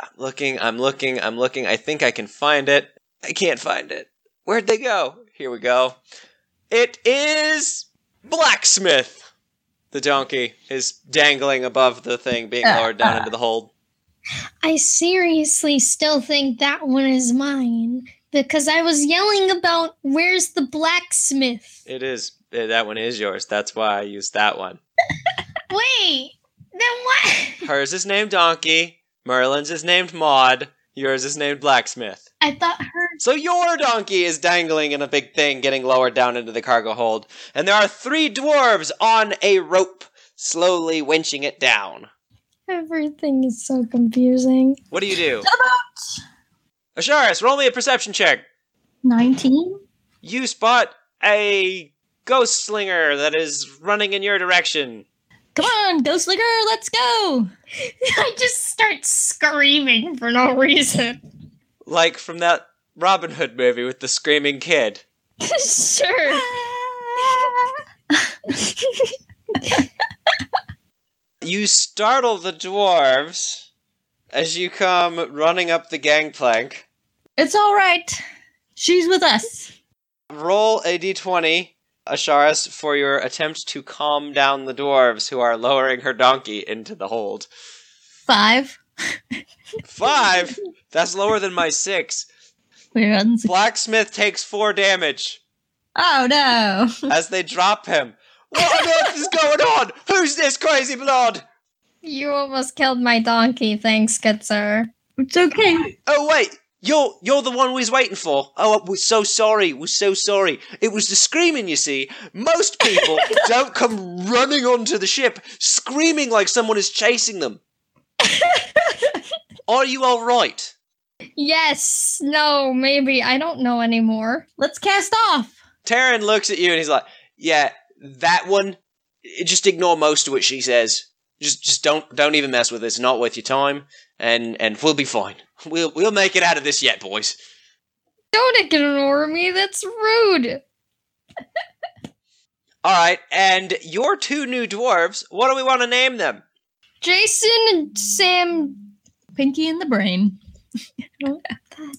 A: I'm looking, I'm looking, I'm looking. I think I can find it. I can't find it. Where'd they go? Here we go. It is blacksmith. The donkey is dangling above the thing, being
D: Ah.
A: lowered down into the hold.
C: I seriously still think that one is mine because I was yelling about where's the blacksmith.
A: It is eh, that one is yours. That's why I used that one.
C: Wait, then what?
A: Hers is named Donkey. Merlin's is named Maud. Yours is named Blacksmith.
C: I thought her.
A: So your donkey is dangling in a big thing, getting lowered down into the cargo hold, and there are three dwarves on a rope, slowly winching it down.
C: Everything is so confusing.
A: What do you do? Asharis, roll me a perception check.
B: 19?
A: You spot a ghost slinger that is running in your direction.
B: Come on, Ghost Licker, let's go!
C: I just start screaming for no reason.
A: Like from that Robin Hood movie with the screaming kid.
C: sure.
A: You startle the dwarves as you come running up the gangplank.
B: It's all right. She's with us.
A: Roll a d20, Asharis, for your attempt to calm down the dwarves who are lowering her donkey into the hold.
B: Five.
A: Five? That's lower than my six.
B: We're on. s-
A: Blacksmith takes four damage
B: Oh no!
A: as they drop him. What on earth is going on? Who's this crazy blood?
C: You almost killed my donkey, thanks, Skitzer.
E: It's okay.
A: Oh wait, you're you're the one we was waiting for. Oh, we're so sorry. We're so sorry. It was the screaming. You see, most people don't come running onto the ship screaming like someone is chasing them. Are you all right?
C: Yes, no, maybe. I don't know anymore.
B: Let's cast off.
A: Taryn looks at you and he's like, "Yeah, that one. i- Just ignore most of what she says. Just just don't don't even mess with it. It's not worth your time. And and we'll be fine. We'll we'll make it out of this yet, boys."
C: Don't ignore me, that's rude.
A: All right, and your two new dwarves. What do we want to name them?
C: Jason and Sam.
B: Pinky in the brain.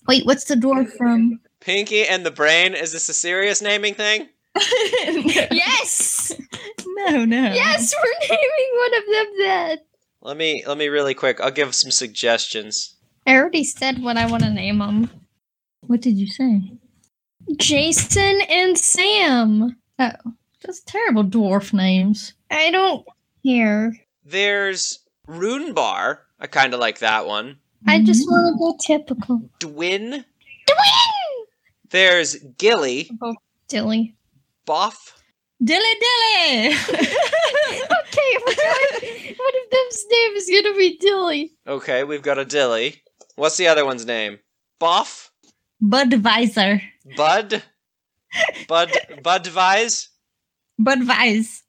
B: Wait, what's the dwarf from?
A: Pinky and the Brain. Is this a serious naming thing?
C: Yes!
E: No, no.
C: yes, we're naming one of them that.
A: Let me let me really quick. I'll give some suggestions.
C: I already said what I want to name them
B: What did you say?
C: Jason and Sam.
B: That's terrible dwarf names.
C: I don't care.
A: There's Runebar. I kind of like that one.
C: I
B: Mm-hmm. Mm.
C: just want to go typical.
A: Dwin.
C: Dwing!
A: There's Gilly.
C: Dilly.
A: Boff.
B: dilly
C: Okay,
B: dilly.
C: what, if- what if them's name is gonna be Dilly?
A: Okay, we've got a Dilly. What's the other one's name? Boff.
B: Budweiser.
A: Bud. Bud. Budvise.
B: Budweiser.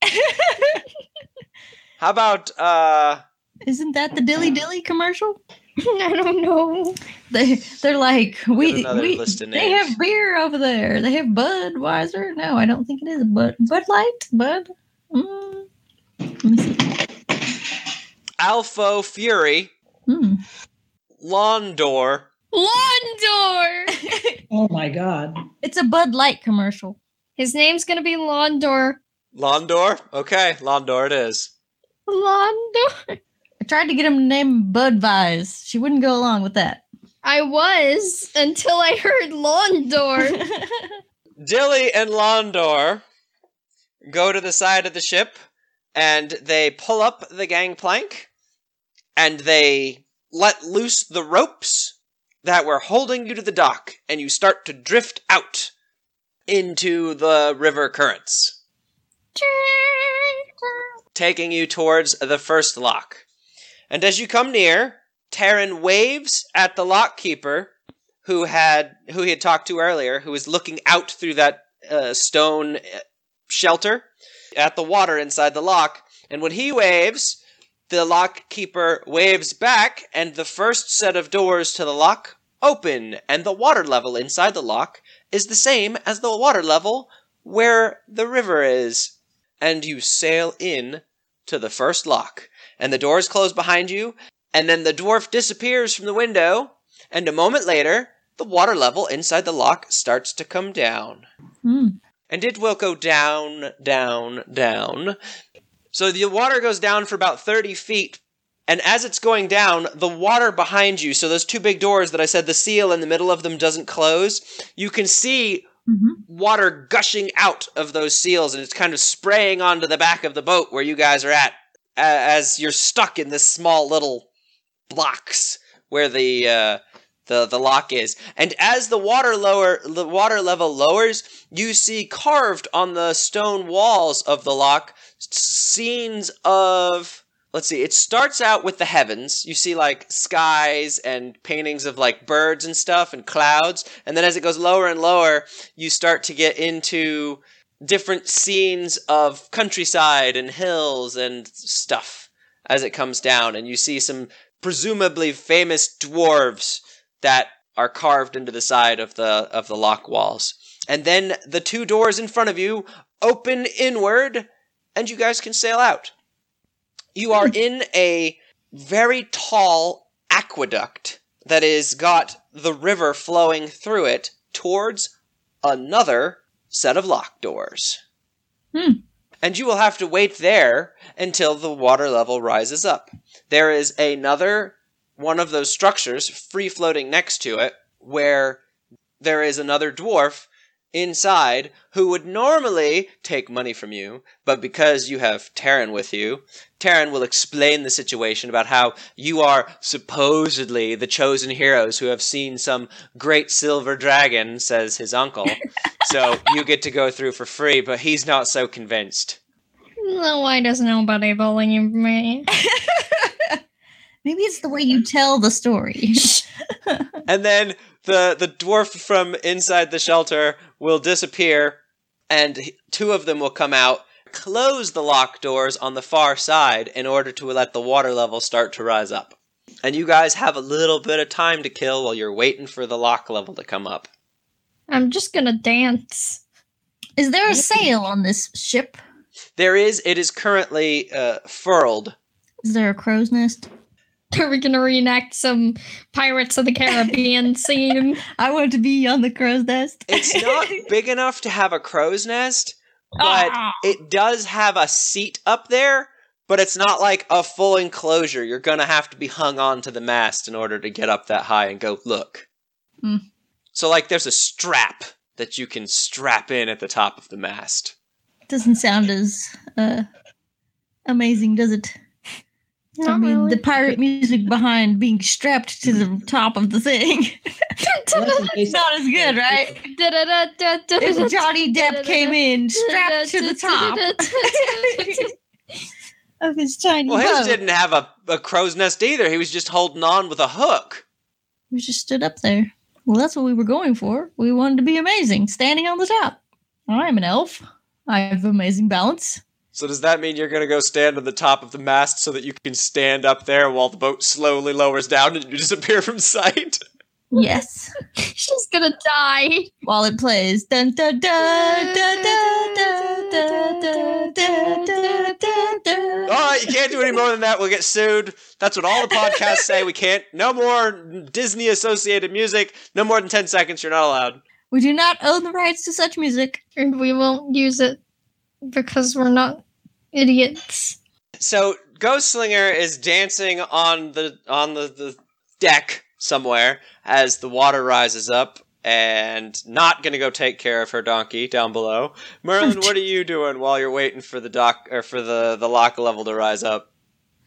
A: How about uh?
B: Isn't that the dilly dilly commercial?
C: I don't know.
B: They they're like we,
A: another
B: we
A: list of
B: they
A: names.
B: have beer over there. They have Budweiser. No, I don't think it is Bud Bud Light. Bud. Mm. Let me see.
A: Alpho Fury.
B: Mm.
A: Londor.
C: Londor!
D: Oh my God.
B: It's a Bud Light commercial.
C: His name's gonna be Londor.
A: Londor. Okay, Londor it is.
C: Londor?
B: I tried to get him to name Budweiser. She wouldn't go along with that.
C: I was until I heard Londor.
A: Dilly and Londor go to the side of the ship and they pull up the gangplank and they let loose the ropes that were holding you to the dock and you start to drift out into the river currents, taking you towards the first lock. And as you come near, Taryn waves at the lock keeper who had who he had talked to earlier, who was looking out through that uh, stone uh, shelter at the water inside the lock. And when he waves, the lock keeper waves back, and the first set of doors to the lock open, and the water level inside the lock is the same as the water level where the river is. And you sail in to the first lock, and the doors close behind you, and then the dwarf disappears from the window, and a moment later, the water level inside the lock starts to come down.
B: Hmm.
A: And it will go down, down, down. So the water goes down for about 30 feet, and as it's going down, the water behind you, so those two big doors that I said the seal in the middle of them doesn't close, you can see
E: Mhm.
A: water gushing out of those seals, and it's kind of spraying onto the back of the boat where you guys are at, a- as you're stuck in this small little blocks where the. Uh, the, the lock is and as the water lower the water level lowers you see carved on the stone walls of the lock scenes of let's see it starts out with the heavens you see like skies and paintings of like birds and stuff and clouds and then as it goes lower and lower you start to get into different scenes of countryside and hills and stuff as it comes down and you see some presumably famous dwarves that are carved into the side of the of the lock walls and then the two doors in front of you open inward and you guys can sail out. You are in a very tall aqueduct that has got the river flowing through it towards another set of lock doors.
E: Hmm.
A: And you will have to wait there until the water level rises up. There is another one of those structures free floating next to it where there is another dwarf inside who would normally take money from you, but because you have Taryn with you, Taryn will explain the situation about how you are supposedly the chosen heroes who have seen some great silver dragon, says his uncle. so you get to go through for free, but he's not so convinced.
C: No, why does nobody believe me?
E: Maybe it's the way you tell the story.
A: And then the the dwarf from inside the shelter will disappear, and h- two of them will come out, close the lock doors on the far side in order to let the water level start to rise up. And you guys have a little bit of time to kill while you're waiting for the lock level to come up.
C: I'm just gonna dance.
E: Is there a sail on this ship?
A: There is it is currently uh, furled.
E: Is there a crow's nest?
C: Are we gonna reenact some Pirates of the Caribbean scene?
E: I want to be on the crow's nest.
A: It's not big enough to have a crow's nest, but
C: Ah.
A: it does have a seat up there, but it's not like a full enclosure. You're going to have to be hung on to the mast in order to get up that high and go look.
E: Hmm.
A: So, like, there's a strap that you can strap in at the top of the mast.
E: Doesn't sound as uh, amazing, does it? I
C: Not
E: mean,
C: really.
E: the pirate music behind being strapped to the top of the thing.
D: Unless in
E: It's
D: case-
E: not as good, right? If Johnny Depp came in strapped to the top of his tiny
A: Well,
E: boat,
A: his didn't have a, a crow's nest either. He was just holding on with a hook.
E: we just stood up there. Well, that's what we were going for. We wanted to be amazing, standing on the top. I'm an elf. I have amazing balance.
A: So, does that mean you're going to go stand on the top of the mast so that you can stand up there while the boat slowly lowers down and you disappear from sight?
E: Yes.
C: She's gonna die.
E: While it plays. Dun, dun, dun, dun, dun, dun, dun, dun, dun, dun, dun, dun.
A: All right, you can't do any more than that. We'll get sued. That's what all the podcasts say. We can't. No more Disney associated music. No more than 10 seconds. You're not allowed.
E: We do not own the rights to such music.
C: And we won't use it because we're not idiots.
A: So Ghost Slinger is dancing on the on the, the deck somewhere as the water rises up and not going to go take care of her donkey down below. Merlin, what are you doing while you're waiting for the dock or for the the lock level to rise up?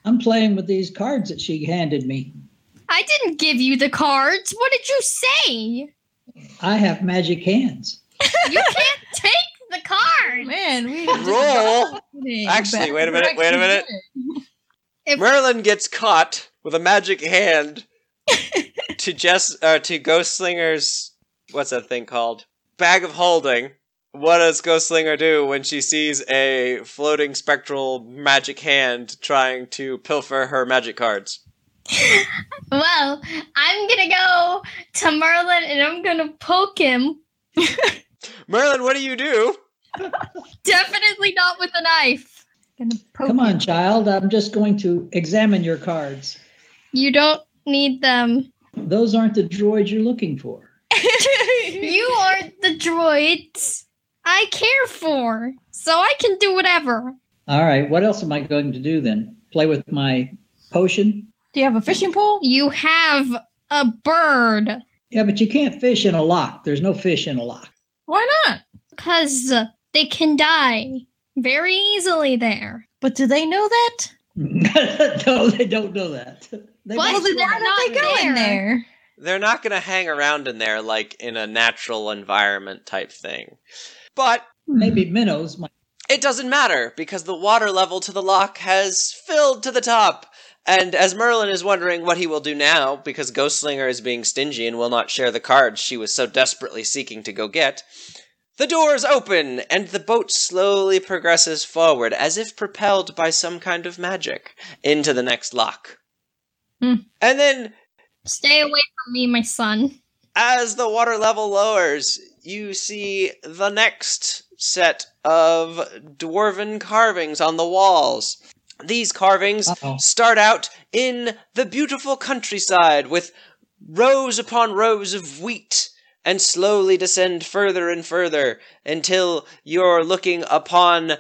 D: I'm playing with these cards that she handed me.
C: I didn't give you the cards. What did you say? You
D: I have magic hands.
C: can't take the cards.
E: Man, we
A: Roll. Actually, wait a minute, wait a minute.
C: If-
A: Merlin gets caught with a magic hand to Jess uh, to Ghostslinger's what's that thing called? Bag of holding. What does Ghostslinger do when she sees a floating spectral magic hand trying to pilfer her magic cards?
C: Well, I'm gonna go to Merlin and I'm gonna poke him.
A: Merlin, what do you do?
C: Definitely not with a knife.
D: Come on, child. I'm just going to examine your cards.
C: You don't need them.
D: Those aren't the droids you're looking for.
C: You aren't the droids I care for, so I can do whatever.
D: All right. What else am I going to do then? Play with my potion?
E: Do you have a fishing pole?
C: You have a bird
D: Yeah, but you can't fish in a lock. There's no fish in a lock.
E: Why not?
C: because they can die very easily there.
E: But do they know that?
D: no, they don't know that. They
C: What?
E: Well,
D: must
E: then
D: know
E: how
D: that.
E: did they
C: not
E: go in
C: there.
E: there?
A: They're not going to hang around in there like in a natural environment type thing. But
D: Maybe minnows might.
A: it doesn't matter because the water level to the lock has filled to the top. And as Merlin is wondering what he will do now, because Ghostslinger is being stingy and will not share the cards she was so desperately seeking to go get, the doors open and the boat slowly progresses forward as if propelled by some kind of magic into the next lock.
E: Hmm.
A: And then
C: Stay away from me, my son.
A: as the water level lowers, you see the next set of dwarven carvings on the walls. These carvings
D: Uh-oh.
A: start out in the beautiful countryside with rows upon rows of wheat and slowly descend further and further until you're looking upon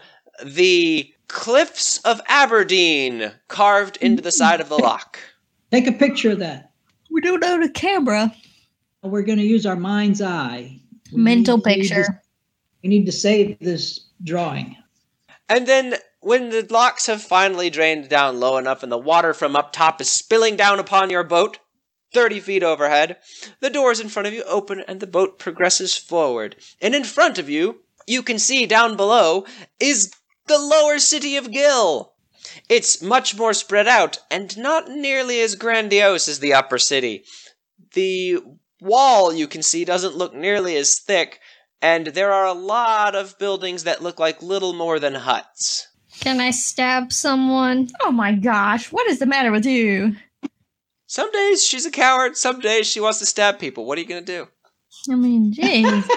A: the cliffs of Aberdeen carved into the side of the lock.
D: Take a picture of that.
E: We don't own a camera.
D: We're going to use our mind's eye. We
E: Mental
D: need- we need to-
E: picture.
D: we need to save this drawing.
A: And then when the locks have finally drained down low enough and the water from up top is spilling down upon your boat, 30 feet overhead, the doors in front of you open and the boat progresses forward. And in front of you, you can see down below, is the lower city of Gill. It's much more spread out and not nearly as grandiose as the upper city. The wall you can see doesn't look nearly as thick, and there are a lot of buildings that look like little more than huts.
C: Can I stab someone?
E: Oh my gosh, what is the matter with you?
A: Some days she's a coward, some days she wants to stab people. What are you going to do?
E: I mean, jeez.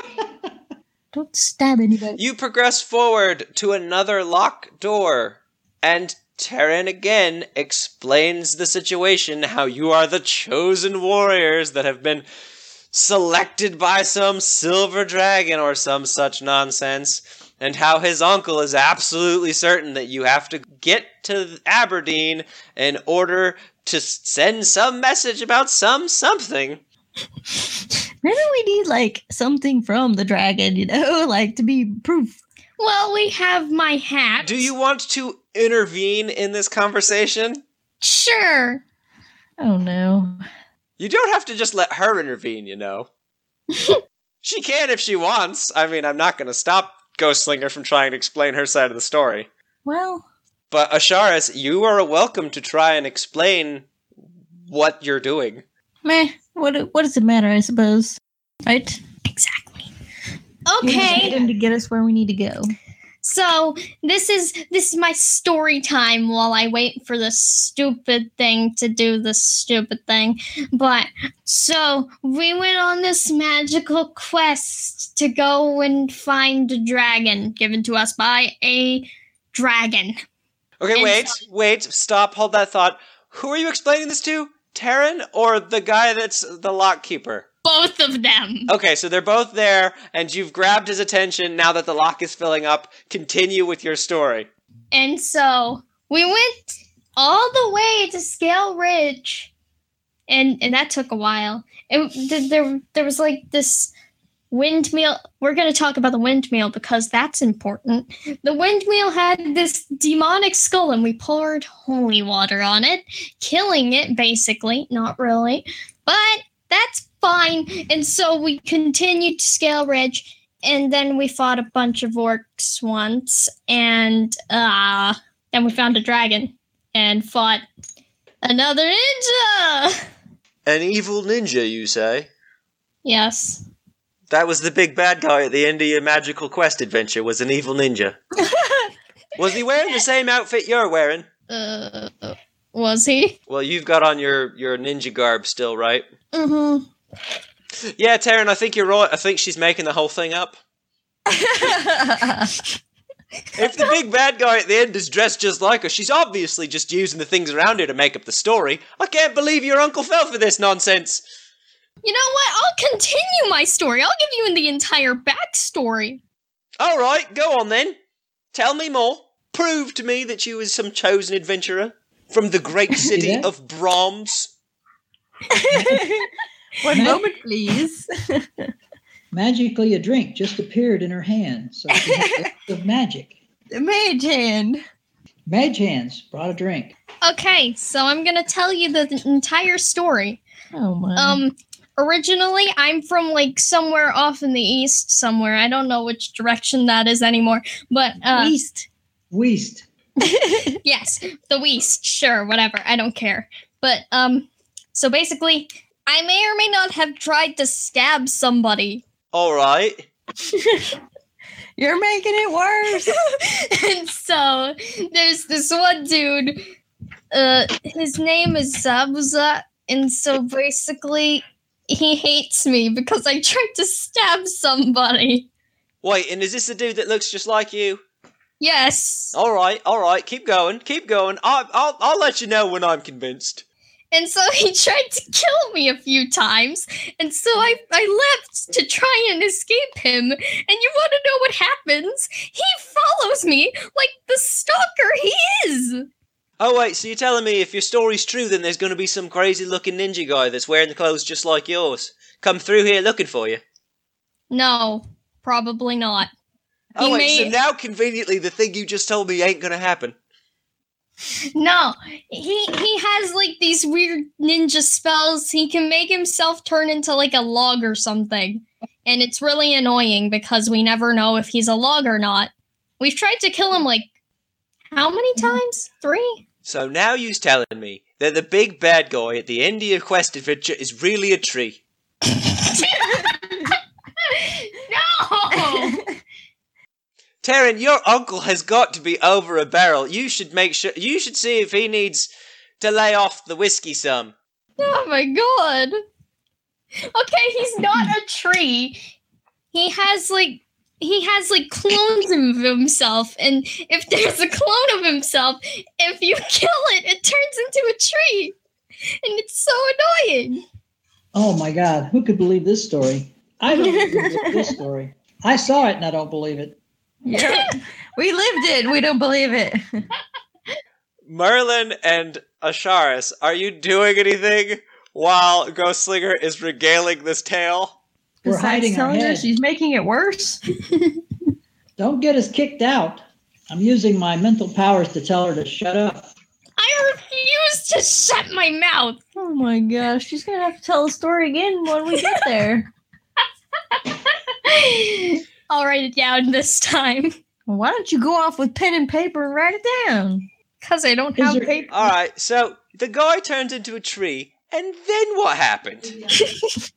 E: don't stab anybody.
A: You progress forward to another locked door, and Terran again explains the situation how you are the chosen warriors that have been selected by some silver dragon or some such nonsense, and how his uncle is absolutely certain that you have to get to Aberdeen in order to s- send some message about some something.
E: Maybe we need like something from the dragon, you know, like to be proof.
C: Well, we have my hat.
A: Do you want to intervene in this conversation?
C: Sure.
E: Oh no.
A: You don't have to just let her intervene, you know. she can if she wants. I mean, I'm not going to stop Ghostslinger from trying to explain her side of the story.
E: Well,
A: But Asharis, you are welcome to try and explain what you're doing.
E: meh. What what does it matter? I suppose. Right.
C: Exactly.
E: We just need
C: Okay.
E: them to get us where we need to go.
C: So this is this is my story time while I wait for this stupid thing to do this stupid thing. But so we went on this magical quest to go and find a dragon given to us by a dragon.
A: Okay,
C: And
A: wait,
C: so-
A: wait, stop, hold that thought. Who are you explaining this to? Taryn or the guy that's the lock keeper?
C: Both of them.
A: Okay, so they're both there, and you've grabbed his attention now that the lock is filling up. Continue with your story.
C: And so we went all the way to Scale Ridge, and and that took a while. And th- there there was like this windmill. We're gonna talk about the windmill because that's important. The windmill had this demonic skull, and we poured holy water on it, killing it basically. Not really, but that's fine. And so we continued to Scale Ridge, and then we fought a bunch of orcs once and uh then we found a dragon and fought another ninja
A: An evil ninja, you say?
C: yes
A: That was the big bad guy at the end of your magical quest adventure. Was an evil ninja. was he wearing the same outfit you're wearing?
C: uh was he
A: Well, you've got on your your ninja garb still, right?
C: mm-hmm.
A: Yeah, Taryn, I think you're right. I think she's making the whole thing up. If the big bad guy at the end is dressed just like her, she's obviously just using the things around her to make up the story. I can't believe your uncle fell for this nonsense.
C: you know what i'll continue my story i'll give you the entire backstory
A: All right, go on then. Tell me more. Prove to me that you is some chosen adventurer from the great city
D: that?
A: of Brahms.
E: One
D: Ma'am?
E: moment, please.
D: Magically, a drink just appeared in her hand. So she had lots of magic.
E: The mage hand.
D: Mage hands brought a drink.
C: Okay, so I'm gonna tell you the th- entire story.
E: Oh my.
B: Mm-hmm.
C: Um, originally, I'm from like somewhere off in the east, somewhere. I don't know which direction that is anymore, but uh,
E: East.
D: Weast.
C: yes, the West, sure, whatever. I don't care. But um, so basically, I may or may not have tried to stab somebody,
A: All right.
E: You're making it worse.
C: and so there's this one dude. Uh, his name is Zabuza, and so basically, he hates me because I tried to stab somebody.
A: Wait, and is this the dude that looks just like you?
C: Yes.
A: All right, all right. Keep going, keep going. I, I'll, I'll let you know when I'm convinced.
C: And so he tried to kill me a few times. And so I, I left to try and escape him. And you want to know what happens? He follows me like the stalker he is.
A: Oh wait, so you're telling me if your story's true, then there's going to be some crazy-looking ninja guy that's wearing the clothes just like yours come through here looking for you.
C: No, probably not.
A: Oh
C: He
A: wait,
C: may-
A: so now conveniently the thing you just told me ain't going to happen.
C: No, he he has like these weird ninja spells. He can make himself turn into like a log or something. And it's really annoying because we never know if he's a log or not. We've tried to kill him like how many times? 3?
A: So now you's telling me that the big bad guy at the end of your quest adventure is really a tree.
E: Oh,
C: no!
A: Taryn, your uncle has got to be over a barrel. You should make sure. You should see if he needs to lay off the whiskey some.
C: oh my god. Okay, he's not a tree. He has like he has like clones of himself, and if there's a clone of himself, if you kill it, it turns into a tree. And it's so annoying.
D: Oh my God. Who could believe this story? I don't believe this story. I saw it and I don't believe it.
E: Yeah. we lived it. We don't believe it.
A: Merlin and Asharis, are you doing anything while Ghostslinger is regaling this tale?
D: We're
E: Besides
D: hiding our
E: telling her
D: head.
E: she's making it worse.
D: Don't get us kicked out. I'm using my mental powers to tell her to shut up.
C: I refuse to shut my mouth.
E: Oh my gosh, she's gonna have to tell the story again when we get there.
C: I'll write it down this time.
E: Why don't you go off with pen and paper and write it down?
C: Because I don't
D: Is
C: have
D: there-
C: paper.
A: All right, so the guy turns into a tree, and then what happened?
D: Is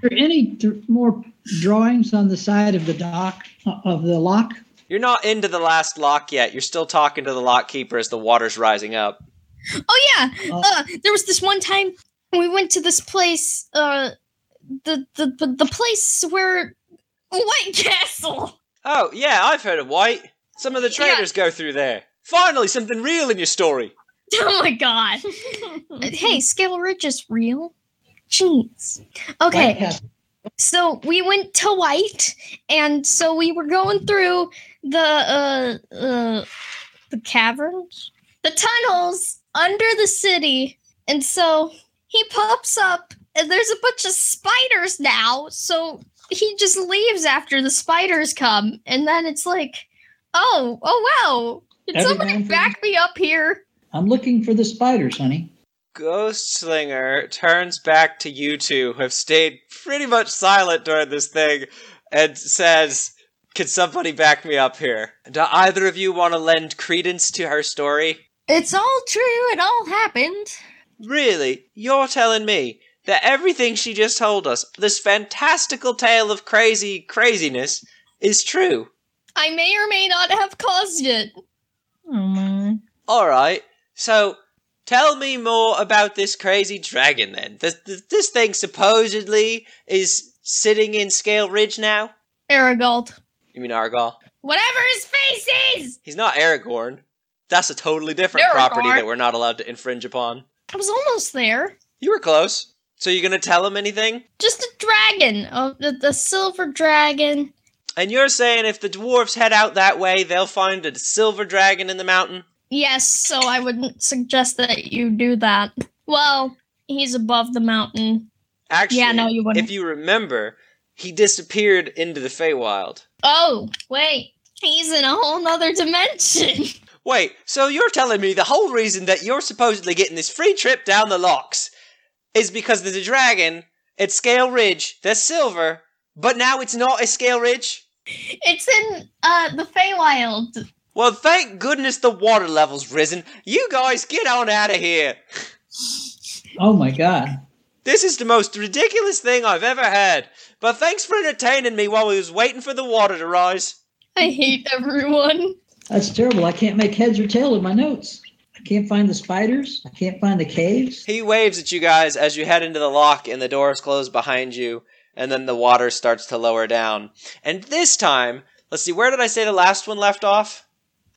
D: there any th- more drawings on the side of the dock uh, of the lock?
A: You're not into the last lock yet. You're still talking to the lock keeper as the water's rising up.
C: Oh yeah.
D: Oh.
C: Uh, there was this one time we went to this place, uh the the the, the place where White Castle.
A: Oh, yeah, I've heard of White. Some of the
C: Yeah.
A: traders go through there. Finally, something real in your story.
C: Oh my god. hey, Scale Ridge is real. Jeez. Okay.
D: White Castle.
C: so we went to white and so we were going through the uh, uh the caverns the tunnels under the city and so he pops up and there's a bunch of spiders now so he just leaves after the spiders come and then it's like oh oh wow did
D: Every
C: somebody
D: man for
C: back me up here
D: I'm looking for the spiders, honey.
A: Ghost Slinger turns back to you two, who have stayed pretty much silent during this thing, and says, Can somebody back me up here? Do either of you want to lend credence to her story?
E: It's all true. It all happened.
A: Really? You're telling me that everything she just told us, this fantastical tale of crazy craziness, is true?
C: i may or may not have caused it
E: Oh my.
A: Alright, so tell me more about this crazy dragon then. This, this, this thing supposedly is sitting in Scale Ridge now?
C: aragald
A: You mean Argal?
C: whatever his face is
A: He's not Aragorn. That's a totally different
C: Aragorn.
A: property that we're not allowed to infringe upon.
C: i was almost there
A: You were close. So you're gonna tell him anything?
C: just a dragon, a, a, a silver dragon.
A: And you're saying if the dwarves head out that way, they'll find a silver dragon in the mountain?
C: Yes, so I wouldn't suggest that you do that. Well, he's above the mountain.
A: Actually,
C: yeah, no, you wouldn't.
A: if you remember, he disappeared into the Feywild.
C: oh, wait. He's in a whole nother dimension.
A: Wait, so you're telling me the whole reason that you're supposedly getting this free trip down the locks is because there's a dragon at Scale Ridge that's silver, but now it's not at Scale Ridge?
C: It's in uh the Feywild.
A: Well, thank goodness the water level's risen. You guys get on out of here.
D: Oh my god.
A: This is the most ridiculous thing I've ever had. But thanks for entertaining me while we was waiting for the water to rise.
C: I hate everyone.
D: That's terrible. I can't make heads or tail of my notes. I can't find the spiders. I can't find the caves.
A: He waves at you guys as you head into the lock and the doors close behind you, and then the water starts to lower down. And this time, let's see, where did I say the last one left off?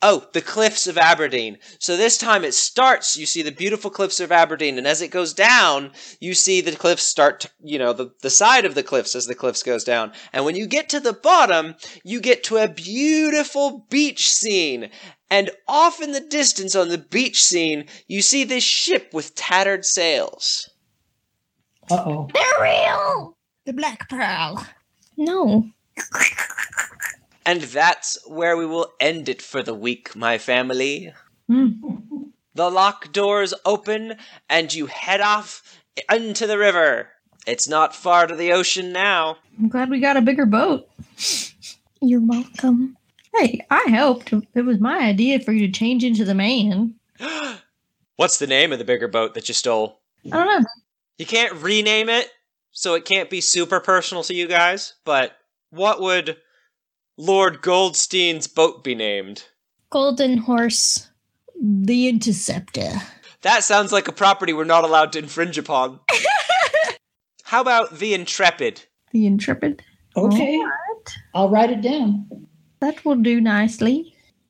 A: Oh, the cliffs of Aberdeen. So this time it starts, you see the beautiful cliffs of Aberdeen, and as it goes down, you see the cliffs start to, you know, the, the side of the cliffs as the cliffs goes down. And when you get to the bottom, you get to a beautiful beach scene. And off in the distance on the beach scene, you see this ship with tattered sails.
D: Uh oh.
C: They're real.
E: The Black Pearl.
C: No.
A: And that's where we will end it for the week, my family.
E: Hmm.
A: The lock doors open and you head off into the river. It's not far to the ocean now.
E: I'm glad we got a bigger boat.
C: You're welcome.
E: Hey, I helped. It was my idea for you to change into the man.
A: What's the name of the bigger boat that you stole?
E: I don't know.
A: You can't rename it, so it can't be super personal to you guys, but what would Lord Goldstein's boat be named?
C: Golden horse.
E: The Interceptor.
A: That sounds like a property we're not allowed to infringe upon. How about the Intrepid?
E: The Intrepid.
D: Okay.
E: All right.
D: I'll write it down.
E: That will do nicely.